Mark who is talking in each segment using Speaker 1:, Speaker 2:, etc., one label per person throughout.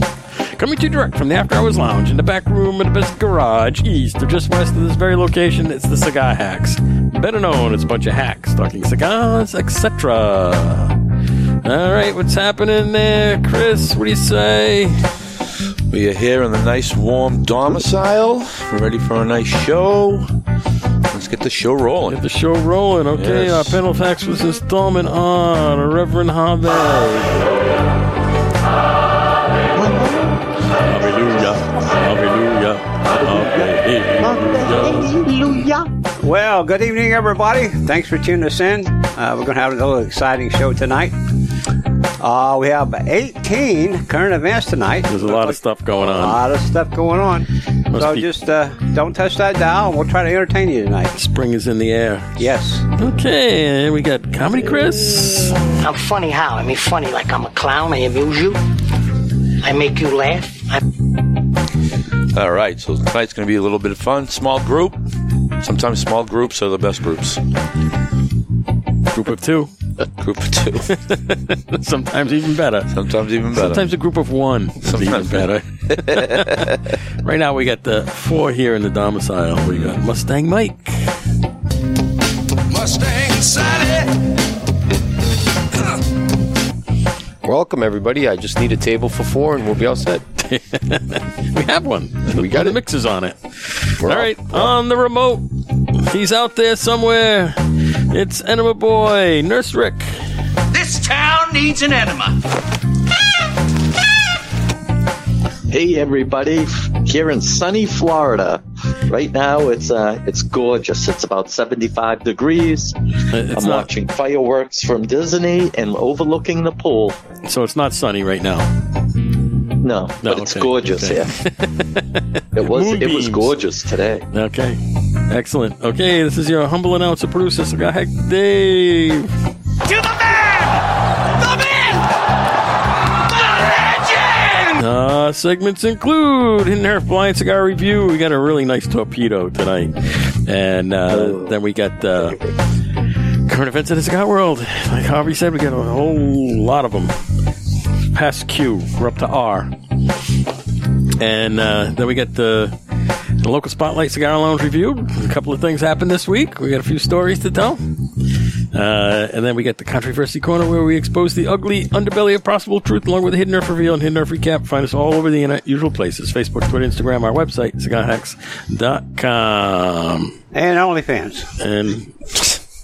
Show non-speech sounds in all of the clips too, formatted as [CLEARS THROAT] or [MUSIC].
Speaker 1: to you direct from the After Hours Lounge in the back room of the best garage, east or just west of this very location. It's the Cigar Hacks, better known as a bunch of hacks talking cigars, etc. All right, what's happening there, Chris? What do you say?
Speaker 2: We are here in the nice warm domicile. We're ready for a nice show. Let's get the show rolling.
Speaker 1: Get the show rolling, okay?
Speaker 2: Yes.
Speaker 1: Our panel tax was installment on Reverend Harvey.
Speaker 2: Hallelujah. Hallelujah.
Speaker 3: Well, good evening, everybody. Thanks for tuning us in. Uh, we're going to have a little exciting show tonight. Uh, we have 18 current events tonight.
Speaker 1: There's a lot of stuff going
Speaker 3: A
Speaker 1: on.
Speaker 3: lot of stuff going on. so
Speaker 1: be-
Speaker 3: just uh, don't touch that dial. and We'll try to entertain you tonight.
Speaker 1: Spring is in the air.
Speaker 3: Yes.
Speaker 1: Okay, we got comedy, Chris.
Speaker 4: I'm funny how? I mean, funny like I'm a clown. I amuse you. I make you laugh. I,
Speaker 2: All right, so tonight's going to be a little bit of fun. Small group. Sometimes small groups are the best groups.
Speaker 1: Group of two.
Speaker 2: Group of two.
Speaker 1: [LAUGHS]
Speaker 2: [LAUGHS]
Speaker 1: Sometimes even better.
Speaker 2: Sometimes even better.
Speaker 1: Sometimes a group of one is even
Speaker 2: Sometimes.
Speaker 1: better. [LAUGHS] right now we got the four here in the domicile. We got Mustang Mike,
Speaker 5: Mustang Sally.
Speaker 6: Welcome, everybody. I just need a table for four, and we'll be all set.
Speaker 1: We have one.
Speaker 6: We got
Speaker 1: the
Speaker 6: it.
Speaker 1: mixers on it.
Speaker 6: We're
Speaker 1: All
Speaker 6: off.
Speaker 1: right, on the remote. He's out there somewhere. It's Enema Boy, Nurse Rick.
Speaker 5: This town needs an enema.
Speaker 7: Hey everybody, here in sunny Florida. Right now it's uh it's gorgeous. It's about 75 degrees.
Speaker 1: It's
Speaker 7: I'm
Speaker 1: not
Speaker 7: watching fireworks from Disney and overlooking the pool.
Speaker 1: so it's not sunny right now.
Speaker 7: No, but it's
Speaker 1: okay,
Speaker 7: gorgeous
Speaker 1: okay.
Speaker 7: here. it was it was
Speaker 1: Moonbeams.
Speaker 7: gorgeous today.
Speaker 1: Okay, excellent. Okay, this is your humble announcer producer, Cigar Hack
Speaker 5: To
Speaker 1: Dave.
Speaker 5: the man! The man! The legend!
Speaker 1: Uh, segments include Hidden Earth Blind Cigar Review. We got a really nice torpedo tonight. And uh, then we got uh, current events in the cigar world. Like Harvey said, we got a whole lot of them. Past Q, we're up to R. And uh, then we got the, the local Spotlight Cigar Lounge Review. A couple of things happened this week. We got a few stories to tell. Uh, and then we got the controversy corner where we expose the ugly underbelly of possible truth along with the hidden earth reveal and hidden earth recap. Find us all over the internet, usual places Facebook, Twitter, Instagram, our website, cigarhacks.com.
Speaker 3: And OnlyFans.
Speaker 1: And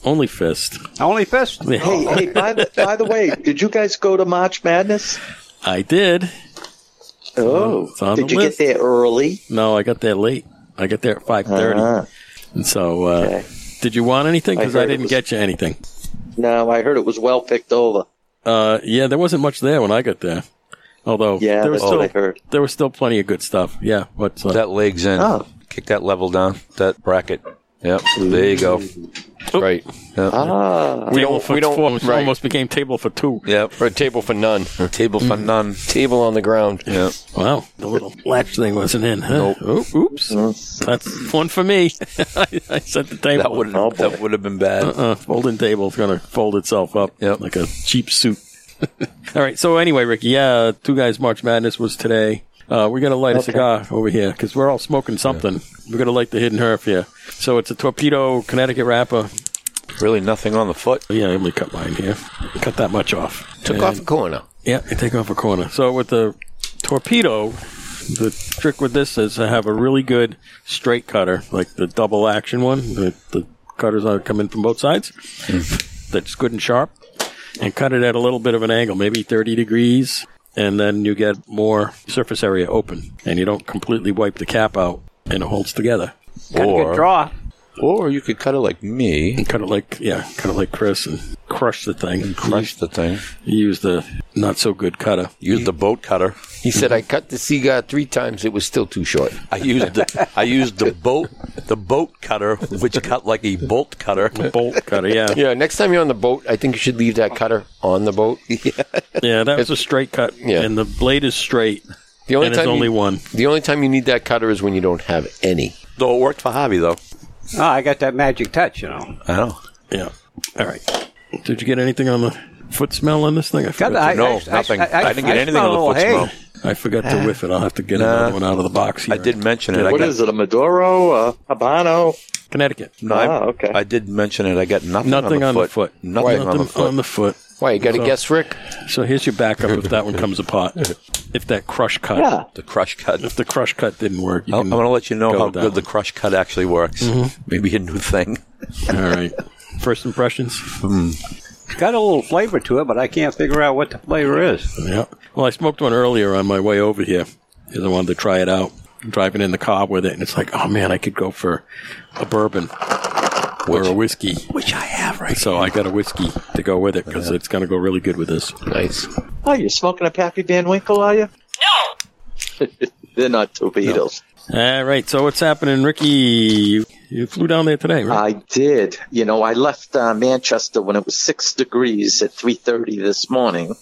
Speaker 1: only fist. [LAUGHS]
Speaker 3: Only Fist.
Speaker 7: Hey, hey, by the, by the way, did you guys go to March Madness?
Speaker 1: I did.
Speaker 7: Oh,
Speaker 1: it's on
Speaker 7: did
Speaker 1: the
Speaker 7: you
Speaker 1: list.
Speaker 7: get there early?
Speaker 1: No, I got there late. I got there at 5.30.
Speaker 7: Uh-huh.
Speaker 1: And so, uh,
Speaker 7: Okay.
Speaker 1: did you want anything?
Speaker 7: I
Speaker 1: Because I,
Speaker 7: heard it
Speaker 1: didn't
Speaker 7: was-
Speaker 1: get you anything.
Speaker 7: No, I heard it was well picked over.
Speaker 1: Uh, yeah, there wasn't much there when I got there. Although,
Speaker 7: Yeah,
Speaker 1: there was
Speaker 7: that's
Speaker 1: still,
Speaker 7: what I heard.
Speaker 1: There was still plenty of good stuff. Yeah, what's uh,
Speaker 2: that leg's in.
Speaker 7: Oh.
Speaker 2: Kick that level down. That bracket. Yep. There you go.
Speaker 1: Oh.
Speaker 6: Right.
Speaker 2: Yep.
Speaker 7: Ah,
Speaker 1: table
Speaker 6: don't-
Speaker 1: for
Speaker 6: we don't-
Speaker 1: four almost,
Speaker 6: right.
Speaker 1: almost became table for two.
Speaker 2: Yep.
Speaker 6: Or a table for none.
Speaker 2: Table for none.
Speaker 6: Table on the ground.
Speaker 2: Yep.
Speaker 1: Wow, the little latch thing wasn't in. Huh? Oop- oops, that's one for me. [LAUGHS] I, I set the table.
Speaker 2: That would
Speaker 7: Oh,
Speaker 2: have
Speaker 7: boy.
Speaker 2: that would have been bad.
Speaker 1: uh, folding table's gonna fold itself up
Speaker 2: Yep.
Speaker 1: like a cheap suit. [LAUGHS] All right. So anyway, Ricky, yeah, two guys March Madness was today. Uh, we're gonna light a cigar over here because we're all smoking something. We're gonna light the hidden herb here. So it's a torpedo Connecticut wrapper.
Speaker 2: Really nothing on the foot.
Speaker 1: Yeah, let me cut mine here. Cut that much off.
Speaker 6: Took off a corner.
Speaker 1: Yeah, you take off a corner. So with the torpedo, the trick with this is to have a really good straight cutter, like the double action one. The, the cutters that come in from both sides.
Speaker 2: Mm-hmm.
Speaker 1: That's good and sharp, and cut it at a little bit of an angle, maybe thirty degrees, and then you get more surface area open, and you don't completely wipe the cap out, and it holds together.
Speaker 3: Got a good
Speaker 2: Or,
Speaker 3: draw.
Speaker 2: or you could cut it like me.
Speaker 1: And cut it like yeah, cut it like Chris, and crush the thing. And
Speaker 2: Crush the thing.
Speaker 1: Use the not so good cutter.
Speaker 2: Use the boat cutter.
Speaker 6: He said, I cut the cigar three times. It was still too short.
Speaker 2: I used the I used [LAUGHS] the boat the boat cutter, which cut like a bolt cutter.
Speaker 1: Bolt cutter, yeah.
Speaker 6: Yeah, next time you're on the boat, I think you should leave that cutter on the boat.
Speaker 1: [LAUGHS] Yeah, that was a straight cut,
Speaker 6: Yeah.
Speaker 1: and the blade is straight,
Speaker 6: The
Speaker 1: and it's only
Speaker 6: you,
Speaker 1: one.
Speaker 6: The only time you need that cutter is when you don't have any.
Speaker 2: Though it worked for Hobby though.
Speaker 3: Oh, I got that magic touch, you know.
Speaker 2: I know.
Speaker 1: Yeah. All right. Did you get anything on the foot smell on this thing? I
Speaker 3: Got
Speaker 1: forgot.
Speaker 3: the- I,
Speaker 2: No, nothing. I, didn't get anything
Speaker 3: smell
Speaker 2: on the
Speaker 3: a
Speaker 2: foot smell.
Speaker 3: little hay.
Speaker 1: I forgot to whiff it. I'll have to get another one out of the box here.
Speaker 2: I did mention it. I
Speaker 7: What
Speaker 2: got-
Speaker 7: is it? A Maduro? A Habano?
Speaker 1: Connecticut.
Speaker 2: No, I-
Speaker 7: Ah, okay.
Speaker 2: I did mention it. I got nothing,
Speaker 1: Nothing
Speaker 2: on the foot. Nothing
Speaker 1: Nothing
Speaker 2: on the foot.
Speaker 1: On the foot.
Speaker 6: Why you got to
Speaker 1: So-
Speaker 6: guess, Rick?
Speaker 1: So here's your backup if that one comes
Speaker 2: [LAUGHS]
Speaker 1: apart. If that crush cut,
Speaker 7: Yeah.
Speaker 2: the crush cut.
Speaker 1: if the crush cut didn't work, you
Speaker 2: I
Speaker 1: can
Speaker 2: want to let you know
Speaker 1: go
Speaker 2: how
Speaker 1: with that
Speaker 2: good the
Speaker 1: one.
Speaker 2: crush cut actually works. Maybe a new thing.
Speaker 1: All right. First impressions.
Speaker 3: Got a little flavor to it, but I can't figure out what the flavor is.
Speaker 1: Yeah. Well, I smoked one earlier on my way over here because I wanted to try it out. I'm driving in the car with it, and it's like, oh man, I could go for a bourbon or a whiskey, which I have right. So I got a whiskey to go with it because it's going to go really good with this.
Speaker 6: Nice.
Speaker 7: Oh, you're smoking a Pappy Van Winkle, are you? No. [LAUGHS] They're not Tobatos.
Speaker 1: All right. So what's happening, Ricky? You, you flew down there today, right?
Speaker 7: I did. You know, I left uh, Manchester when it was six degrees at three thirty this morning,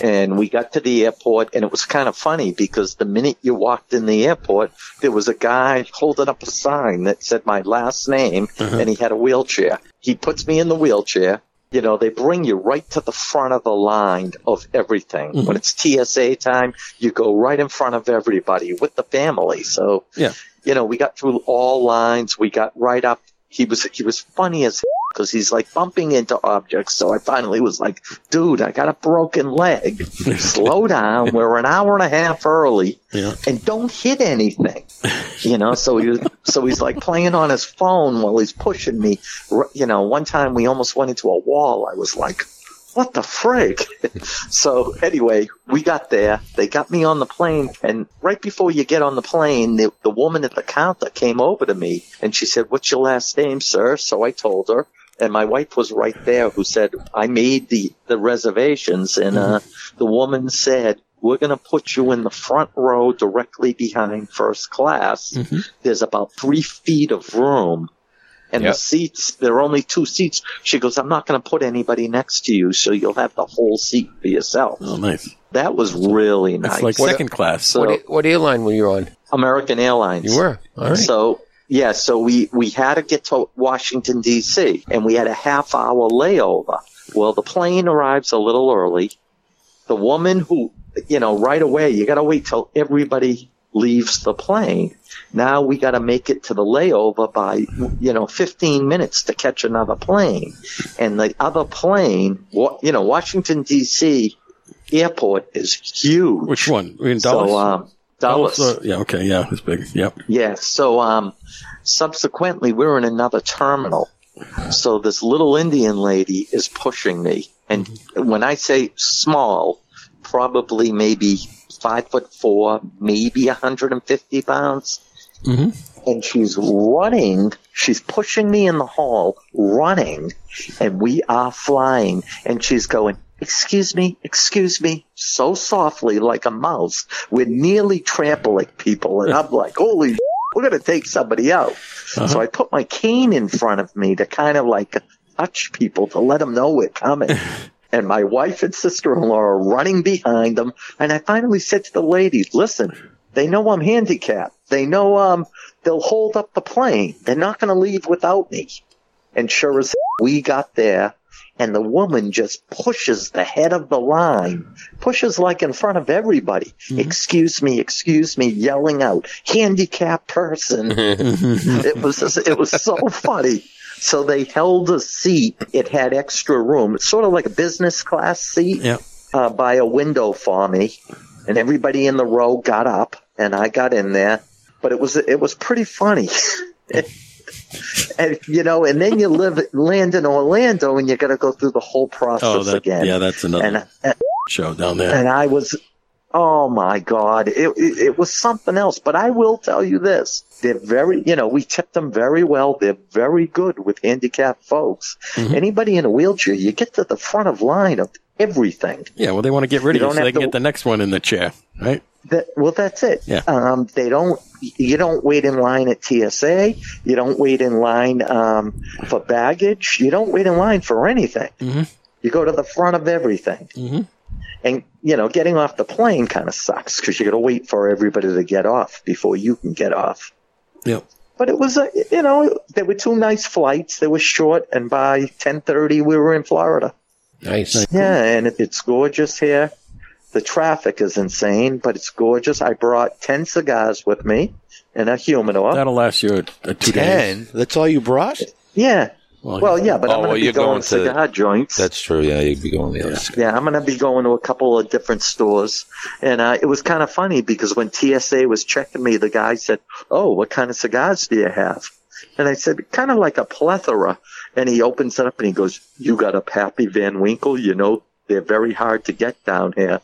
Speaker 7: and we got to the airport, and it was kind of funny because the minute you walked in the airport, there was a guy holding up a sign that said my last name, and he had a wheelchair. He puts me in the wheelchair. You know, they bring you right to the front of the line of everything. When it's TSA time, you go right in front of everybody with the family. So
Speaker 1: yeah.
Speaker 7: you know, we got through all lines. We got right up. He was he was funny as because he's like bumping into objects. So I finally was like, dude, I got a broken leg. Slow down. We're an hour and a half early,
Speaker 1: Yeah.
Speaker 7: and don't hit anything. You know, so he was, so he's like playing on his phone while he's pushing me. R- You know, one time we almost went into a wall. I was like. What the frick? [LAUGHS] so anyway, we got there. They got me on the plane, and right before you get on the plane, the, the woman at the counter came over to me and she said, "What's your last name, sir?" So I told her, and my wife was right there, who said, "I made the the reservations," and uh, the woman said. We're going to put you in the front row directly behind first class. There's about three feet of room and
Speaker 6: Yep.
Speaker 7: the seats there are only two seats she goes i'm not going to put anybody next to you so you'll have the whole seat for yourself
Speaker 1: Oh, nice.
Speaker 7: that was really
Speaker 1: It's
Speaker 7: nice
Speaker 1: like second class.
Speaker 7: so
Speaker 6: What, what airline were you on?
Speaker 7: american airlines
Speaker 6: You were. All right.
Speaker 7: so yeah so we we had to get to washington d.c and we had a half hour layover well the plane arrives a little early the woman who you know right away you got to wait till everybody leaves the plane now we got to make it to the layover by you know 15 minutes to catch another plane and the other plane wa- you know washington d.c airport is huge
Speaker 1: Which one? In Dallas.
Speaker 7: so um
Speaker 1: Dallas,
Speaker 7: Dallas.
Speaker 1: uh, yeah. Okay. Yeah. It's big. Yep.
Speaker 7: Yeah. So um, subsequently, we were in another terminal. So this little Indian lady is pushing me, and when I say small, probably maybe five foot four, maybe 150 pounds. And she's running. She's pushing me in the hall, running, and we are flying. And she's going, "Excuse me, excuse me," so softly, like a mouse. We're nearly trampling people, and I'm like, "Holy [LAUGHS] we're going to take somebody out. So I put my cane in front of me to kind of like touch people to let them know we're coming. and my wife and sister in law are running behind them. And I finally said to the ladies, listen, they know I'm handicapped. They know um, they'll hold up the plane. They're not going to leave without me. And sure as we got there, and the woman just pushes the head of the line, pushes like in front of everybody. Excuse me, excuse me, yelling out, handicapped person. it was just- it was so funny. So they held a seat. It had extra room. It's sort of like a business class seat
Speaker 1: Yeah.
Speaker 7: uh, by a window for me, and everybody in the row got up, and I got in there. But it was it was pretty funny. [LAUGHS] And you know, and then you live land in Orlando, and you got to go through the whole process
Speaker 1: Oh, that,
Speaker 7: again.
Speaker 1: yeah. That's another
Speaker 7: and, and
Speaker 1: show down there.
Speaker 7: and I was, oh my God, it, it, it was something else. But I will tell you this. They're very, you know, we tipped them very well. They're very good with handicapped folks.
Speaker 1: Mm-hmm.
Speaker 7: Anybody in a wheelchair, you get to the front of line of everything.
Speaker 1: Yeah, well, they want to get rid of
Speaker 7: You
Speaker 1: you
Speaker 7: don't
Speaker 1: so they
Speaker 7: have
Speaker 1: can
Speaker 7: to-
Speaker 1: get the next one in the chair, right?
Speaker 7: That, well, that's it.
Speaker 1: Yeah.
Speaker 7: Um, they don't. You don't wait in line at TSA. You don't wait in line um, for baggage. You don't wait in line for anything. You go to the front of everything. And you know, getting off the plane kind of sucks because you got to wait for everybody to get off before you can get off.
Speaker 1: Yep.
Speaker 7: But it was, a, you know, there were two nice flights. They were short, and by ten thirty we were in Florida.
Speaker 6: nice.
Speaker 7: Yeah, and it, it's gorgeous here. The traffic is insane, but it's gorgeous. I brought 10 cigars with me and a humidor.
Speaker 1: That'll last you uh, two days.
Speaker 2: [LAUGHS] Ten? That's all you brought?
Speaker 7: yeah.
Speaker 1: Well,
Speaker 7: Well, yeah, but
Speaker 2: Oh,
Speaker 7: I'm going
Speaker 2: well,
Speaker 7: to
Speaker 2: you're
Speaker 7: be going,
Speaker 2: going to-
Speaker 7: cigar joints.
Speaker 2: That's true. Yeah, you'd be going the other side.
Speaker 7: Yeah, I'm going to be going to a couple of different stores. And uh, it was kind of funny because when TSA was checking me, the guy said, Oh, what kind of cigars do you have? And I said, Kind of like a plethora. And he opens it up and he goes, You got a Pappy Van Winkle? You know, they're very hard to get down here.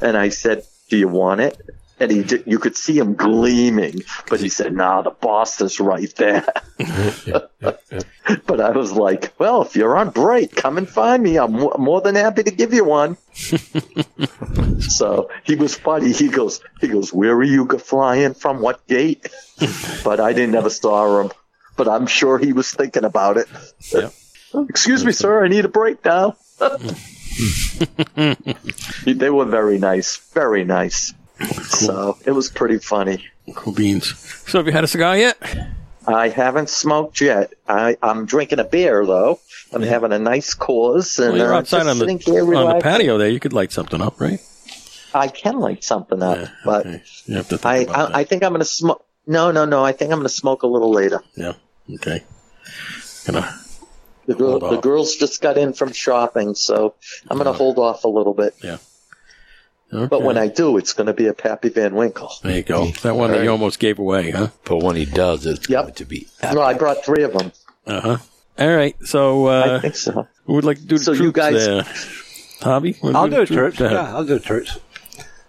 Speaker 7: And I said, Do you want it? And he did, you could see him gleaming, but he said, Nah, the boss is right there. [LAUGHS] But I was like, well, if you're on break, come and find me. I'm mo- more than happy to give you one. so he was funny. He goes, he goes, where are you g- flying from? What gate? but I didn't ever saw him. But I'm sure he was thinking about it. Excuse me, sir. I need a break now. they were very nice, very nice. So it was pretty funny.
Speaker 1: Cool beans. So, have you had a cigar yet?
Speaker 7: I haven't smoked yet. I, I'm drinking a beer though. I'm having a nice cause, and
Speaker 1: Well, you're
Speaker 7: uh,
Speaker 1: outside
Speaker 7: just
Speaker 1: on the,
Speaker 7: sitting here
Speaker 1: on the
Speaker 7: relaxing.
Speaker 1: patio there. You could light something up, right?
Speaker 7: I can light something up, but
Speaker 1: Okay. You have to think
Speaker 7: I,
Speaker 1: about that.
Speaker 7: I I think I'm gonna smoke. No, no, no. I think I'm gonna smoke a little later.
Speaker 1: Yeah. Okay. Gonna
Speaker 7: The girl,
Speaker 1: Hold
Speaker 7: the
Speaker 1: off.
Speaker 7: girls just got in from shopping, so I'm gonna hold off a little bit. But when I do, it's gonna be a Pappy Van Winkle.
Speaker 1: there you go, that one that you almost gave away, huh?
Speaker 2: But when he does, it's
Speaker 7: Yep.
Speaker 2: going to be.
Speaker 6: Oh,
Speaker 7: No, I brought three of them.
Speaker 1: Uh huh. All right. So
Speaker 7: I
Speaker 1: uh,
Speaker 7: think so.
Speaker 1: who would like to do the
Speaker 7: So you
Speaker 1: troops
Speaker 7: guys-
Speaker 1: there? Hobby? Wanna
Speaker 3: I'll
Speaker 1: the
Speaker 3: do troops.
Speaker 1: Go ahead.
Speaker 3: Yeah, I'll do troops.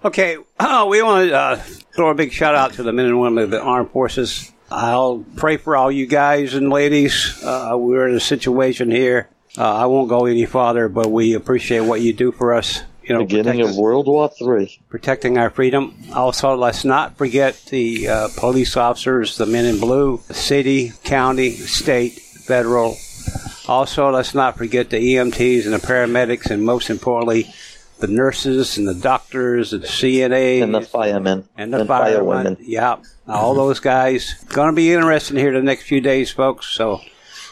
Speaker 3: Okay, [CLEARS THROAT] oh, we want to uh, throw a big shout out to the men and women of the armed forces. I'll pray for all you guys and ladies. Uh, we're in a situation here. Uh, I won't go any farther, but we appreciate what you do for us. You know,
Speaker 7: Beginning
Speaker 3: protect
Speaker 7: of
Speaker 3: us-
Speaker 7: World War Three.
Speaker 3: protecting our freedom. Also, let's not forget the uh, police officers, the men in blue, city, county, state, federal. Also, let's not forget the EMTs and the paramedics, and most importantly, the nurses and the doctors and the CNAs
Speaker 7: And the firemen
Speaker 3: and the firemen. Yeah, all those guys. Going to be interesting here the next few days, folks. So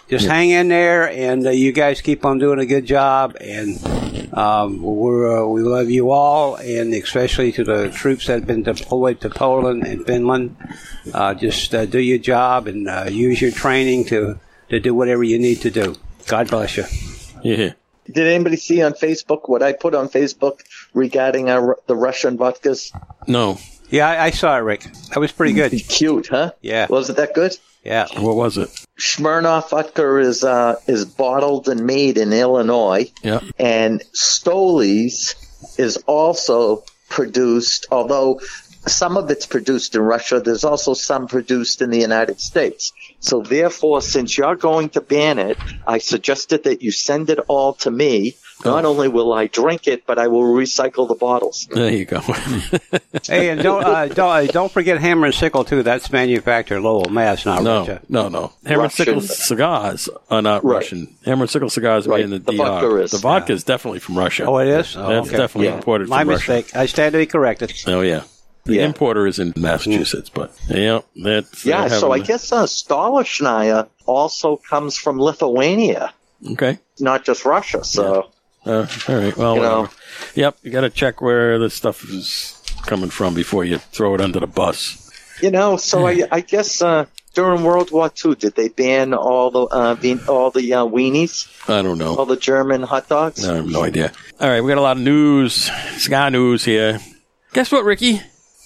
Speaker 3: just hang in there, and uh, you guys keep on doing a good job. And um, we're uh, we love you all, and especially to the troops that have been deployed to Poland and Finland. Uh, just uh, do your job and uh, use your training to to do whatever you need to do. God bless you.
Speaker 1: Yeah.
Speaker 7: Did anybody see on Facebook what I put on Facebook regarding our, the Russian vodkas?
Speaker 1: No.
Speaker 3: Yeah, I, I saw it, Rick. That was pretty
Speaker 7: [LAUGHS]
Speaker 3: good.
Speaker 7: Cute, huh?
Speaker 3: Yeah.
Speaker 7: Wasn't that good?
Speaker 3: Yeah.
Speaker 1: What was it?
Speaker 7: Smirnoff vodka is uh, is bottled and made in Illinois,
Speaker 1: Yeah.
Speaker 7: and Stoli's is also produced, although some of it's produced in Russia. There's also some produced in the United States. So therefore, since you're going to ban it, I suggested that you send it all to me. Not only will I drink it, but I will recycle the bottles.
Speaker 1: There you go. [LAUGHS]
Speaker 3: Hey, and don't uh, don't uh, don't forget Hammer and Sickle too. That's manufactured Lowell, Mass, not
Speaker 1: no,
Speaker 3: Russia.
Speaker 1: no, no. Hammer and
Speaker 7: Russian.
Speaker 1: sickle cigars are not
Speaker 7: Right.
Speaker 1: Russian. Hammer and sickle cigars are
Speaker 7: Right.
Speaker 1: made in the,
Speaker 7: The
Speaker 1: DR.
Speaker 7: vodka is.
Speaker 1: the vodka is definitely from Russia.
Speaker 3: Oh, it is. Oh,
Speaker 1: That's
Speaker 3: okay.
Speaker 1: definitely imported
Speaker 3: My
Speaker 1: from
Speaker 3: mistake. I stand to
Speaker 1: [LAUGHS]
Speaker 3: be corrected.
Speaker 1: Russia. Oh yeah. The
Speaker 7: Yeah.
Speaker 1: importer is in Massachusetts, but yeah, that's
Speaker 7: Yeah,
Speaker 1: they're
Speaker 7: so I
Speaker 1: having-
Speaker 7: guess uh, Stolishnya also comes from Lithuania,
Speaker 1: okay.
Speaker 7: not just Russia. So
Speaker 1: Uh, all right. Well,
Speaker 7: You know.
Speaker 1: whatever. yep. You got to check where the stuff is coming from before you throw it under the bus.
Speaker 7: you know, so
Speaker 1: [LAUGHS]
Speaker 7: I, I guess uh, during World War II, did they ban all the uh, bean, all the uh, weenies,
Speaker 1: I don't know.
Speaker 7: all the German hot dogs?
Speaker 1: I have no idea. All right, we got a lot of news, sky news here. Guess what, Ricky?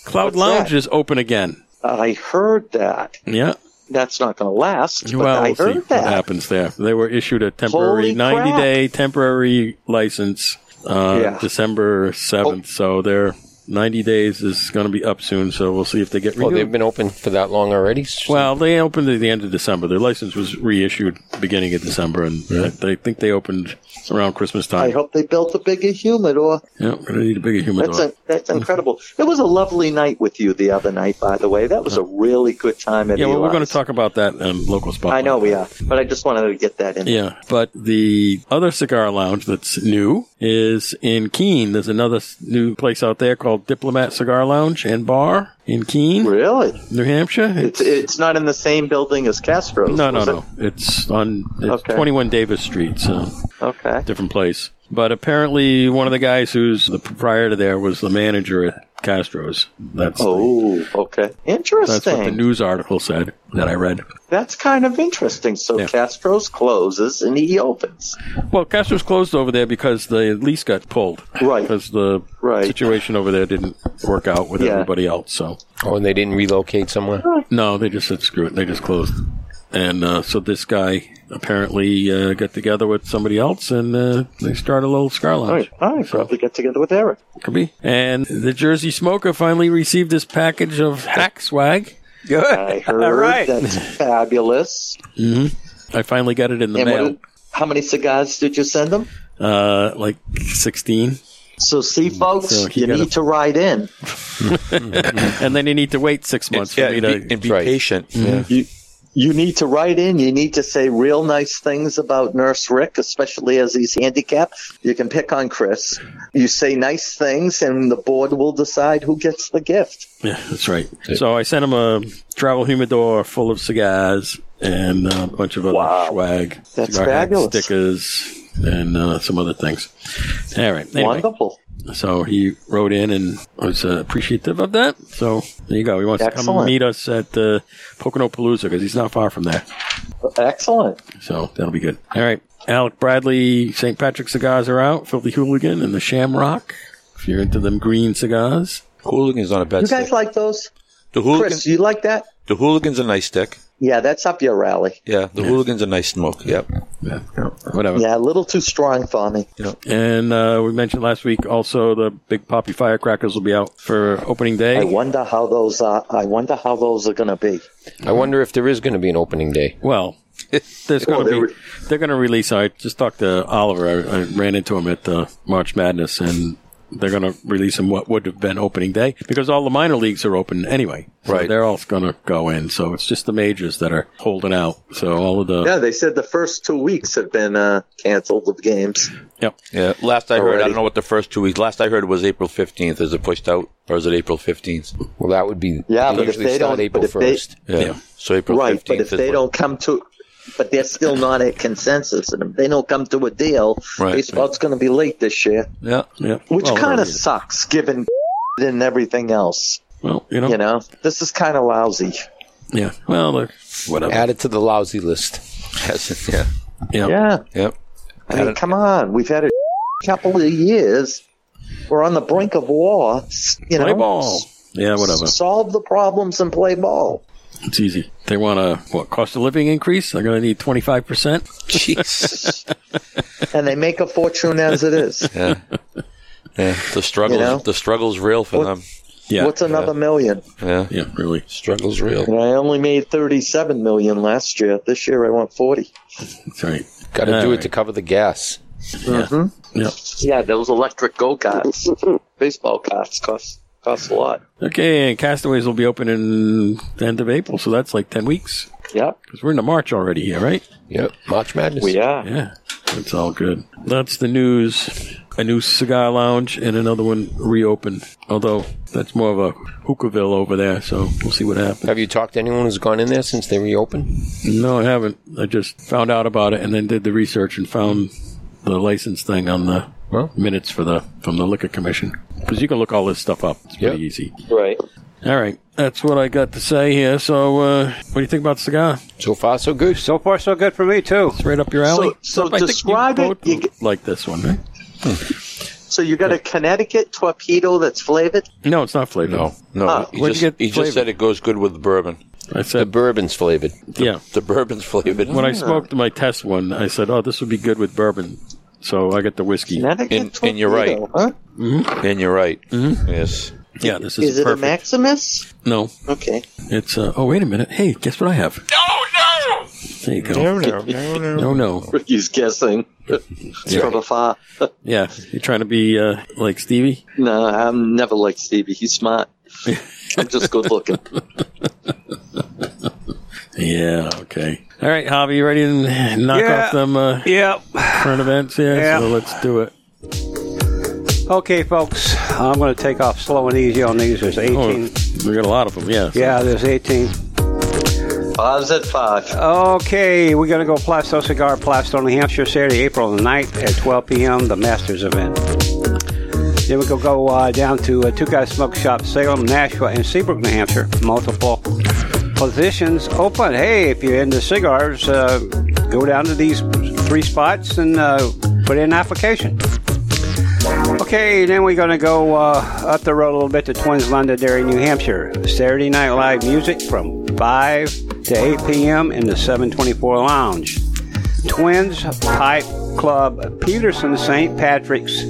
Speaker 1: Cloud
Speaker 7: What's
Speaker 1: Lounge
Speaker 7: that?
Speaker 1: is open again.
Speaker 7: I heard that.
Speaker 1: Yeah.
Speaker 7: That's not going to last. But
Speaker 1: well,
Speaker 7: I
Speaker 1: we'll see
Speaker 7: heard
Speaker 1: what
Speaker 7: that.
Speaker 1: happens there. They were issued a temporary
Speaker 7: Holy crap.
Speaker 1: 90 day temporary license uh,
Speaker 7: Yeah. Oh.
Speaker 1: December 7th. So their 90 days is going to be up soon. So we'll see if they get
Speaker 6: Well,
Speaker 1: renewed.
Speaker 6: they've been open for that long already.
Speaker 1: Well, they opened at the end of December. Their license was reissued beginning of December, and I, I think they opened around Christmas
Speaker 7: I
Speaker 1: time.
Speaker 7: hope they built a bigger humidor.
Speaker 1: yeah, we're going to need a bigger human
Speaker 7: That's a,
Speaker 1: [LAUGHS]
Speaker 7: that's incredible. It was a lovely night with you the other night, by the way. That was a really good time at
Speaker 1: yeah, well, we're
Speaker 7: Eli's.
Speaker 1: going to talk about that in local spot.
Speaker 7: I know we are, but I just wanted to get that in.
Speaker 1: Yeah, but the other cigar lounge that's new is in Keene. There's another s- new place out there called Diplomat Cigar Lounge and Bar in Keene,
Speaker 7: Really?
Speaker 1: New Hampshire.
Speaker 7: It's it's not in the same building as Castro's.
Speaker 1: no, no,
Speaker 7: was
Speaker 1: no. It's on it's
Speaker 7: Okay.
Speaker 1: 21 Davis Street, so
Speaker 7: it? Okay.
Speaker 1: different place. But apparently, one of the guys who's the proprietor there was the manager at Castro's. That's the-
Speaker 7: Oh, okay.
Speaker 1: that's
Speaker 7: Interesting.
Speaker 1: what the news article said that I read.
Speaker 7: That's kind of interesting. So
Speaker 1: Yeah.
Speaker 7: Castro's closes and he opens.
Speaker 1: Well, Castro's closed over there because the lease got pulled.
Speaker 7: Right.
Speaker 1: Because the
Speaker 7: Right.
Speaker 1: situation over there didn't work out with
Speaker 7: Yeah.
Speaker 1: everybody else. So,
Speaker 6: Oh, and they didn't relocate somewhere.
Speaker 1: no, they just said screw it. They just closed. And uh, so this guy apparently uh, got together with somebody else and uh, they started a little cigar
Speaker 7: All
Speaker 1: lounge.
Speaker 7: right. All right. Probably get together with Eric.
Speaker 1: Could be. And the Jersey Smoker finally received this package of hack swag.
Speaker 3: Good. [LAUGHS]
Speaker 7: I heard
Speaker 3: All right.
Speaker 7: that's fabulous.
Speaker 1: I finally got it in the
Speaker 7: And
Speaker 1: mail.
Speaker 7: what, how many cigars did you send him?
Speaker 1: Uh, like 16.
Speaker 7: So see, folks,
Speaker 1: Mm, So he
Speaker 7: you
Speaker 1: got
Speaker 7: need
Speaker 1: a-
Speaker 7: to ride in.
Speaker 1: And then you need to wait six months
Speaker 2: yeah,
Speaker 1: for me
Speaker 2: and
Speaker 1: to.
Speaker 2: be, Mm-hmm. and be
Speaker 6: Right.
Speaker 2: patient. Yeah.
Speaker 7: You you need to write in. You need to say real nice things about Nurse Rick, especially as he's handicapped. You can pick on Chris. You say nice things, and the board will decide who gets the gift.
Speaker 1: Yeah, that's right. So I sent him a travel humidor full of cigars and uh, a bunch of other
Speaker 7: Wow.
Speaker 1: swag.
Speaker 7: That's
Speaker 1: cigar hack
Speaker 7: fabulous.
Speaker 1: Stickers and uh, some other things. All right. Anyway,
Speaker 7: Wonderful.
Speaker 1: So he wrote in and was uh, appreciative of that. So there you go. He wants to come
Speaker 7: Excellent.
Speaker 1: meet us at uh, Poconopalooza because he's not far from there.
Speaker 7: Excellent.
Speaker 1: So that'll be good. All right. Alec Bradley, St. Patrick cigars are out. Filthy Hooligan and the Shamrock. If you're into them green cigars.
Speaker 2: Hooligan's not a bad
Speaker 7: You
Speaker 2: stick.
Speaker 7: guys like those?
Speaker 2: the, hooligan,
Speaker 7: Chris, you like that?
Speaker 2: the hooligan's a nice stick.
Speaker 7: Yeah, that's up your alley.
Speaker 2: Yeah, the hooligan's a nice smoke. Yep.
Speaker 1: Yeah. Whatever.
Speaker 7: Yeah, a little too strong for me.
Speaker 1: And uh, we mentioned last week also the Big Poppy Firecrackers will be out for opening day.
Speaker 7: I wonder how those are. I wonder how those are going to be.
Speaker 6: I wonder if there is going to be an opening day.
Speaker 7: [LAUGHS]
Speaker 1: Well, there's going to
Speaker 7: they
Speaker 1: be
Speaker 7: were-
Speaker 1: they're going to release. I just talked to Oliver. I, I ran into him at uh, March Madness, and they're going to release him what would have been opening day because all the minor leagues are open anyway. So
Speaker 2: Right.
Speaker 1: they're all going to go in. So it's just the majors that are holding out. So all of the
Speaker 7: Yeah, they said the first two weeks have been uh, canceled of games.
Speaker 1: yep.
Speaker 2: Yeah. Last I heard, I
Speaker 7: Alrighty.
Speaker 2: don't know what the first two weeks. Last I heard was April fifteenth. Is it pushed out or is it April fifteenth?
Speaker 6: Well, that would be.
Speaker 7: Yeah,
Speaker 6: they
Speaker 7: but if
Speaker 6: usually
Speaker 7: they
Speaker 6: start
Speaker 7: don't-
Speaker 6: April
Speaker 7: but if they-
Speaker 6: 1st.
Speaker 2: Yeah.
Speaker 1: Yeah.
Speaker 2: So April
Speaker 7: Right,
Speaker 2: fifteenth.
Speaker 7: but if they don't come to, but they're still not at consensus, and if they don't come to a deal,
Speaker 2: Right.
Speaker 7: baseball's going to be late this year,
Speaker 2: yeah,
Speaker 1: Yeah.
Speaker 7: which
Speaker 1: Well,
Speaker 7: kind
Speaker 1: they're-
Speaker 7: of sucks given [LAUGHS] and everything else.
Speaker 1: well, you know,
Speaker 7: You know, this is kind of lousy.
Speaker 1: yeah. Well, they're- whatever.
Speaker 6: Add it to the lousy list. [LAUGHS]
Speaker 2: Yes, yeah,
Speaker 7: Yeah,
Speaker 2: yep.
Speaker 7: I mean, come on, we've had a [LAUGHS] couple of years. We're on the brink of war. s- You know,
Speaker 1: Play ball. Yeah, whatever.
Speaker 7: solve the problems and play ball.
Speaker 1: It's easy. They want a what cost of living increase? They're going to need twenty five percent.
Speaker 6: [LAUGHS]
Speaker 2: Jeez.
Speaker 7: And they make a fortune as it is.
Speaker 2: yeah. Yeah. The struggle's
Speaker 7: You know?
Speaker 2: the struggle's real for
Speaker 7: What-
Speaker 2: them.
Speaker 1: [LAUGHS] Yeah,
Speaker 7: What's another million?
Speaker 2: Yeah.
Speaker 1: yeah, really.
Speaker 2: Struggle's real.
Speaker 7: And I only made 37 million last year. This year I want 40.
Speaker 1: That's right.
Speaker 6: Got to
Speaker 1: All
Speaker 6: do
Speaker 1: right.
Speaker 6: it to cover the gas.
Speaker 1: Yeah.
Speaker 7: Yeah, those electric go karts, baseball carts cost cost a lot.
Speaker 1: Okay, and Castaways will be open in the end of April, so that's like ten weeks
Speaker 7: Yep,
Speaker 1: because we're into March already here, right?
Speaker 6: Yep. March Madness.
Speaker 7: we are.
Speaker 1: Yeah, it's all good. That's the news. A new cigar lounge and another one reopened. Although that's more of a hookahville over there, so we'll see what happens.
Speaker 6: Have you talked to anyone who's gone in there since they reopened?
Speaker 1: No, I haven't. I just found out about it and then did the research and found the license thing on the
Speaker 6: Well.
Speaker 1: minutes for the from the liquor commission because you can look all this stuff up. It's pretty
Speaker 6: Yep.
Speaker 1: easy.
Speaker 7: Right.
Speaker 1: All right, that's what I got to say here. So, uh, what do you think about the cigar?
Speaker 6: So far, so good.
Speaker 3: So far, so good for me too.
Speaker 1: It's right up your alley.
Speaker 7: so
Speaker 1: I think
Speaker 7: describe
Speaker 1: you
Speaker 7: it,
Speaker 1: both
Speaker 7: you get-
Speaker 1: like this one, right?
Speaker 7: So you got a Connecticut torpedo that's flavored.
Speaker 1: No, it's not flavored.
Speaker 2: No, no.
Speaker 7: Ah.
Speaker 2: he
Speaker 1: Where'd
Speaker 2: just,
Speaker 1: you get
Speaker 2: he
Speaker 1: flavor?
Speaker 2: just said it goes good with bourbon.
Speaker 1: I
Speaker 6: The
Speaker 1: said,
Speaker 6: bourbon's flavored.
Speaker 1: yeah.
Speaker 2: The bourbon's [LAUGHS] flavored.
Speaker 1: When I smoked my test one, I said, "Oh, this would be good with bourbon." So I got the whiskey.
Speaker 7: Connecticut
Speaker 2: And- and you're right.
Speaker 7: torpedo, Huh?
Speaker 2: and you're right. Yes.
Speaker 1: Yeah, this is,
Speaker 7: Is it
Speaker 1: perfect.
Speaker 7: a Maximus?
Speaker 1: no,
Speaker 7: Okay.
Speaker 1: it's. Uh, oh, wait a minute. Hey, guess what I have?
Speaker 5: No, no!
Speaker 1: There you go. No, no.
Speaker 7: Ricky's guessing. it's from afar. [LAUGHS]
Speaker 1: Yeah, you're trying to be uh, like Stevie.
Speaker 7: no, I'm never like Stevie. He's smart. I'm just good
Speaker 1: [LAUGHS]
Speaker 7: looking.
Speaker 1: Yeah. Okay. All right, Javi, you ready to knock
Speaker 3: Yeah.
Speaker 1: off them uh,
Speaker 3: Yep.
Speaker 1: current events here?
Speaker 3: Yeah.
Speaker 1: So let's do it.
Speaker 3: Okay, folks, I'm going to take off slow and easy on these. There's 18.
Speaker 1: we got a lot of them. Yeah.
Speaker 3: Yeah, there's 18.
Speaker 7: Five's at five.
Speaker 3: Okay, we're going to go Plasto Cigar, Plasto, New Hampshire, Saturday, April the 9th at 12 p.m., the Masters event. Then we go go uh, down to uh, Two Guys Smoke Shop, Salem, Nashua, and Seabrook, New Hampshire. Multiple positions open. Hey, if you're into cigars, uh, go down to these three spots and uh, put in an application. Okay, then we're going to go uh, up the road a little bit to Twins Londonderry, New Hampshire. Saturday Night Live music from 5 to 8 p.m. in the 724 Lounge. Twins Pipe Club Peterson St. Patrick's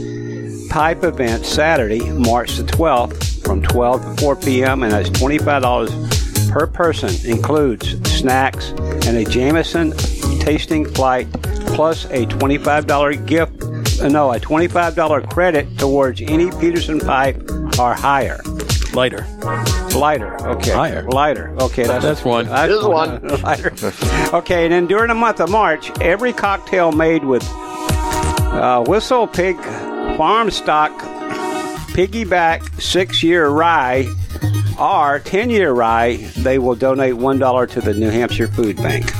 Speaker 3: Pipe Event Saturday, March the 12th from 12 to 4 p.m. and that's $25 per person. Includes snacks and a Jameson tasting flight plus a $25 gift uh, no, a $25 credit towards any Peterson pipe or higher.
Speaker 1: Lighter.
Speaker 3: Lighter. Okay.
Speaker 1: Higher.
Speaker 3: Lighter. Okay. That's,
Speaker 1: That's one.
Speaker 3: That's
Speaker 6: There's one.
Speaker 3: Lighter. Okay. And then during the month of March, every cocktail made with uh, Whistle Pig Farm Stock Piggyback Six Year Rye or 10 Year Rye, they will donate $1 to the New Hampshire Food Bank.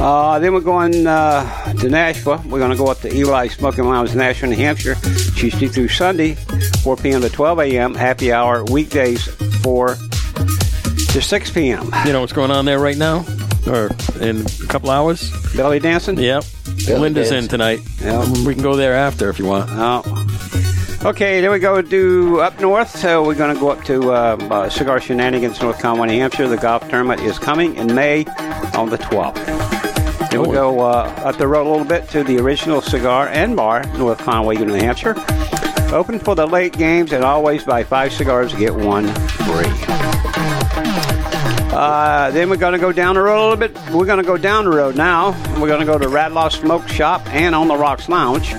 Speaker 3: Uh, then we're going uh, to Nashville. We're going to go up to Eli Smoking Lounge, Nashville, New Hampshire, Tuesday through Sunday, 4 p.m. to 12 a.m. Happy hour weekdays 4 to 6 p.m.
Speaker 1: You know what's going on there right now? Or in a couple hours?
Speaker 3: Belly dancing.
Speaker 1: Yep. Linda's in tonight.
Speaker 3: Yeah.
Speaker 1: We can go there after if you want.
Speaker 3: Oh. Okay, there we go. Do up north. So we're going to go up to uh, uh, Cigar Shenanigans, North Conway, New Hampshire. The golf tournament is coming in May on the 12th. Then we
Speaker 1: Cool.
Speaker 3: go uh, up the road a little bit to the original cigar and bar, North Conway, New Hampshire. Open for the late games and always buy five cigars, get one free. Uh, then we're going to go down the road a little bit. We're going to go down the road now. We're going to go to Radloff Smoke Shop and on the Rocks Lounge.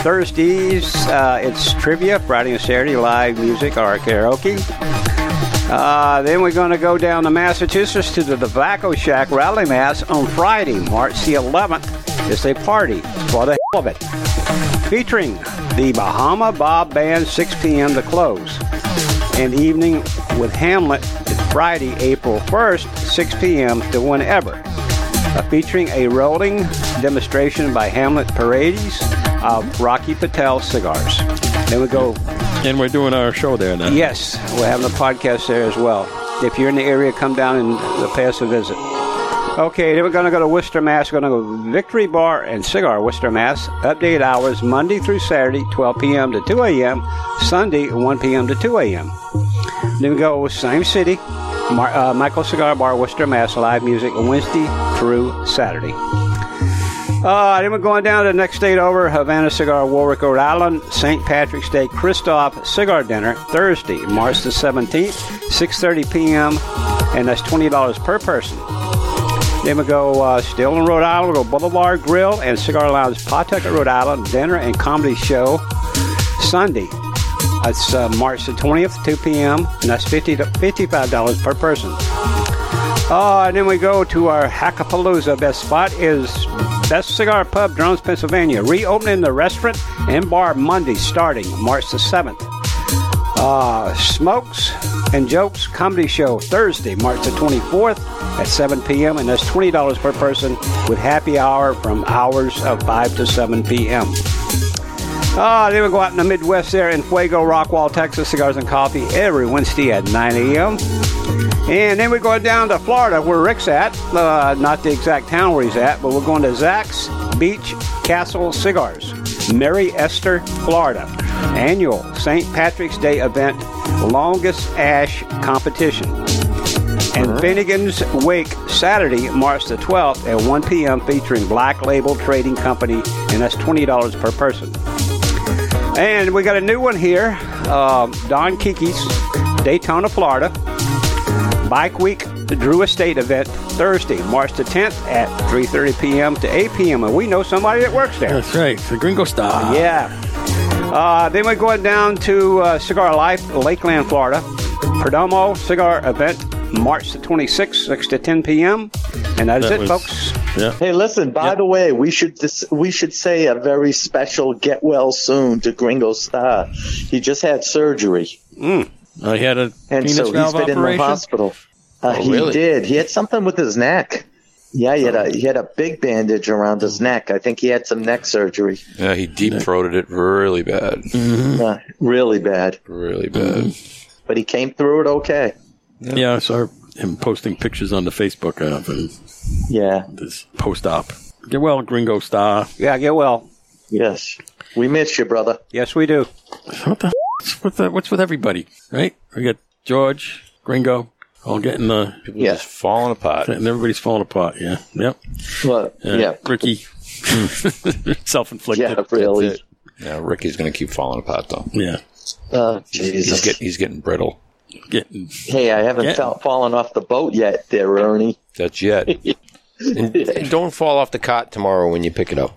Speaker 3: Thursdays, uh, it's trivia. Friday and Saturday, live music or karaoke. Uh, then we're going to go down to Massachusetts to the Tobacco Shack Rally Mass on Friday, March the 11th. It's a party for the hell of it. Featuring the Bahama Bob Band, 6 p.m. to close and Evening with Hamlet Friday, April 1st, 6 p.m. to whenever. Uh, featuring a rolling demonstration by Hamlet Parades of Rocky Patel cigars. Then we go,
Speaker 1: And we're doing our show there now.
Speaker 3: yes, we're having a podcast there as well. If you're in the area, come down and uh, pay us a visit. Okay, then we're going to go to Worcester, Mass. We're going to go to Victory Bar and Cigar, Worcester, Mass. Update hours Monday through Saturday, 12 p.m. to 2 a.m. Sunday, 1 p.m. to 2 a.m. Then we go same city, Mar- uh, Michael Cigar Bar, Worcester, Mass. Live music Wednesday through Saturday. Uh, then we're going down to the next state over, Havana Cigar, Warwick, Rhode Island, St. Patrick's Day, Christoph Cigar Dinner, Thursday, March the 17th, 6.30 p.m., and that's $20 per person. Then we go uh, still in Rhode Island, we go Boulevard Grill and Cigar Lounge, Pawtucket, Rhode Island, dinner and comedy show Sunday. That's uh, March the 20th, 2 p.m., and that's 50 to $55 per person. Uh, and then we go to our Hackapalooza. Best spot is Best Cigar Pub, Drones, Pennsylvania. Reopening the restaurant and bar Monday starting March the 7th. Uh, Smokes and Jokes Comedy Show Thursday, March the 24th at 7 p.m. And that's $20 per person with happy hour from hours of 5 to 7 p.m. Ah, they would go out in the Midwest there in Fuego, Rockwall, Texas, Cigars and Coffee every Wednesday at 9 a.m. And then we're going down to Florida where Rick's at. Uh, not the exact town where he's at, but we're going to Zach's Beach Castle Cigars, Mary Esther, Florida. Annual St. Patrick's Day event, longest ash competition and Finnegan's Wake Saturday, March the 12th at 1 p.m. featuring Black Label Trading Company, and that's $20 per person. And we got a new one here, um, Don Kiki's, Daytona, Florida. Bike Week Drew Estate event Thursday, March the 10th at 3.30 p.m. to 8 p.m. And we know somebody that works there.
Speaker 1: That's right. The Gringo Star.
Speaker 3: Yeah. Uh, then we're going down to uh, Cigar Life, Lakeland, Florida. Perdomo Cigar Event, March the 26th, 6 to 10 p.m. And that is
Speaker 1: That
Speaker 3: it,
Speaker 1: was-
Speaker 3: folks.
Speaker 1: Yeah.
Speaker 7: Hey, listen. By the way, we should dis- we should say a very special get well soon to Gringo Star. He just had surgery,
Speaker 1: Uh, he had a
Speaker 7: and
Speaker 1: penis
Speaker 7: so he's been
Speaker 1: valve
Speaker 7: in the
Speaker 1: operation.
Speaker 7: hospital. Uh,
Speaker 6: Oh,
Speaker 7: he
Speaker 6: really?
Speaker 7: did. He had something with his neck. Yeah, he had a he had a big bandage around his neck. I think he had some neck surgery.
Speaker 2: Yeah, Mm-hmm. he deep throated it really bad.
Speaker 7: Uh, really bad,
Speaker 2: Really bad.
Speaker 7: but he came through it okay.
Speaker 1: yeah, I saw him posting pictures on the Facebook of him,
Speaker 7: Yeah.
Speaker 1: this post-op. Get well, Gringo Star.
Speaker 3: Yeah, get well.
Speaker 7: Yes. We miss you, brother.
Speaker 3: Yes, we do.
Speaker 1: What the what's with, the, what's with everybody, right? We got George, Gringo, all getting the,
Speaker 7: Yeah.
Speaker 2: Just falling apart.
Speaker 1: and everybody's falling apart. Yeah, yep.
Speaker 7: Well,
Speaker 1: Uh,
Speaker 7: yeah.
Speaker 1: Ricky, [LAUGHS] self-inflicted.
Speaker 7: Yeah, really.
Speaker 2: Yeah, Ricky's going to keep falling apart though.
Speaker 1: Yeah,
Speaker 7: Oh,
Speaker 2: He's
Speaker 7: Jesus.
Speaker 2: get, he's getting brittle.
Speaker 1: getting
Speaker 7: hey, I haven't
Speaker 1: Yeah.
Speaker 7: fell- fallen off the boat yet, there, Ernie.
Speaker 2: That's yet.
Speaker 6: [LAUGHS] And don't fall off the cot tomorrow when you pick it up.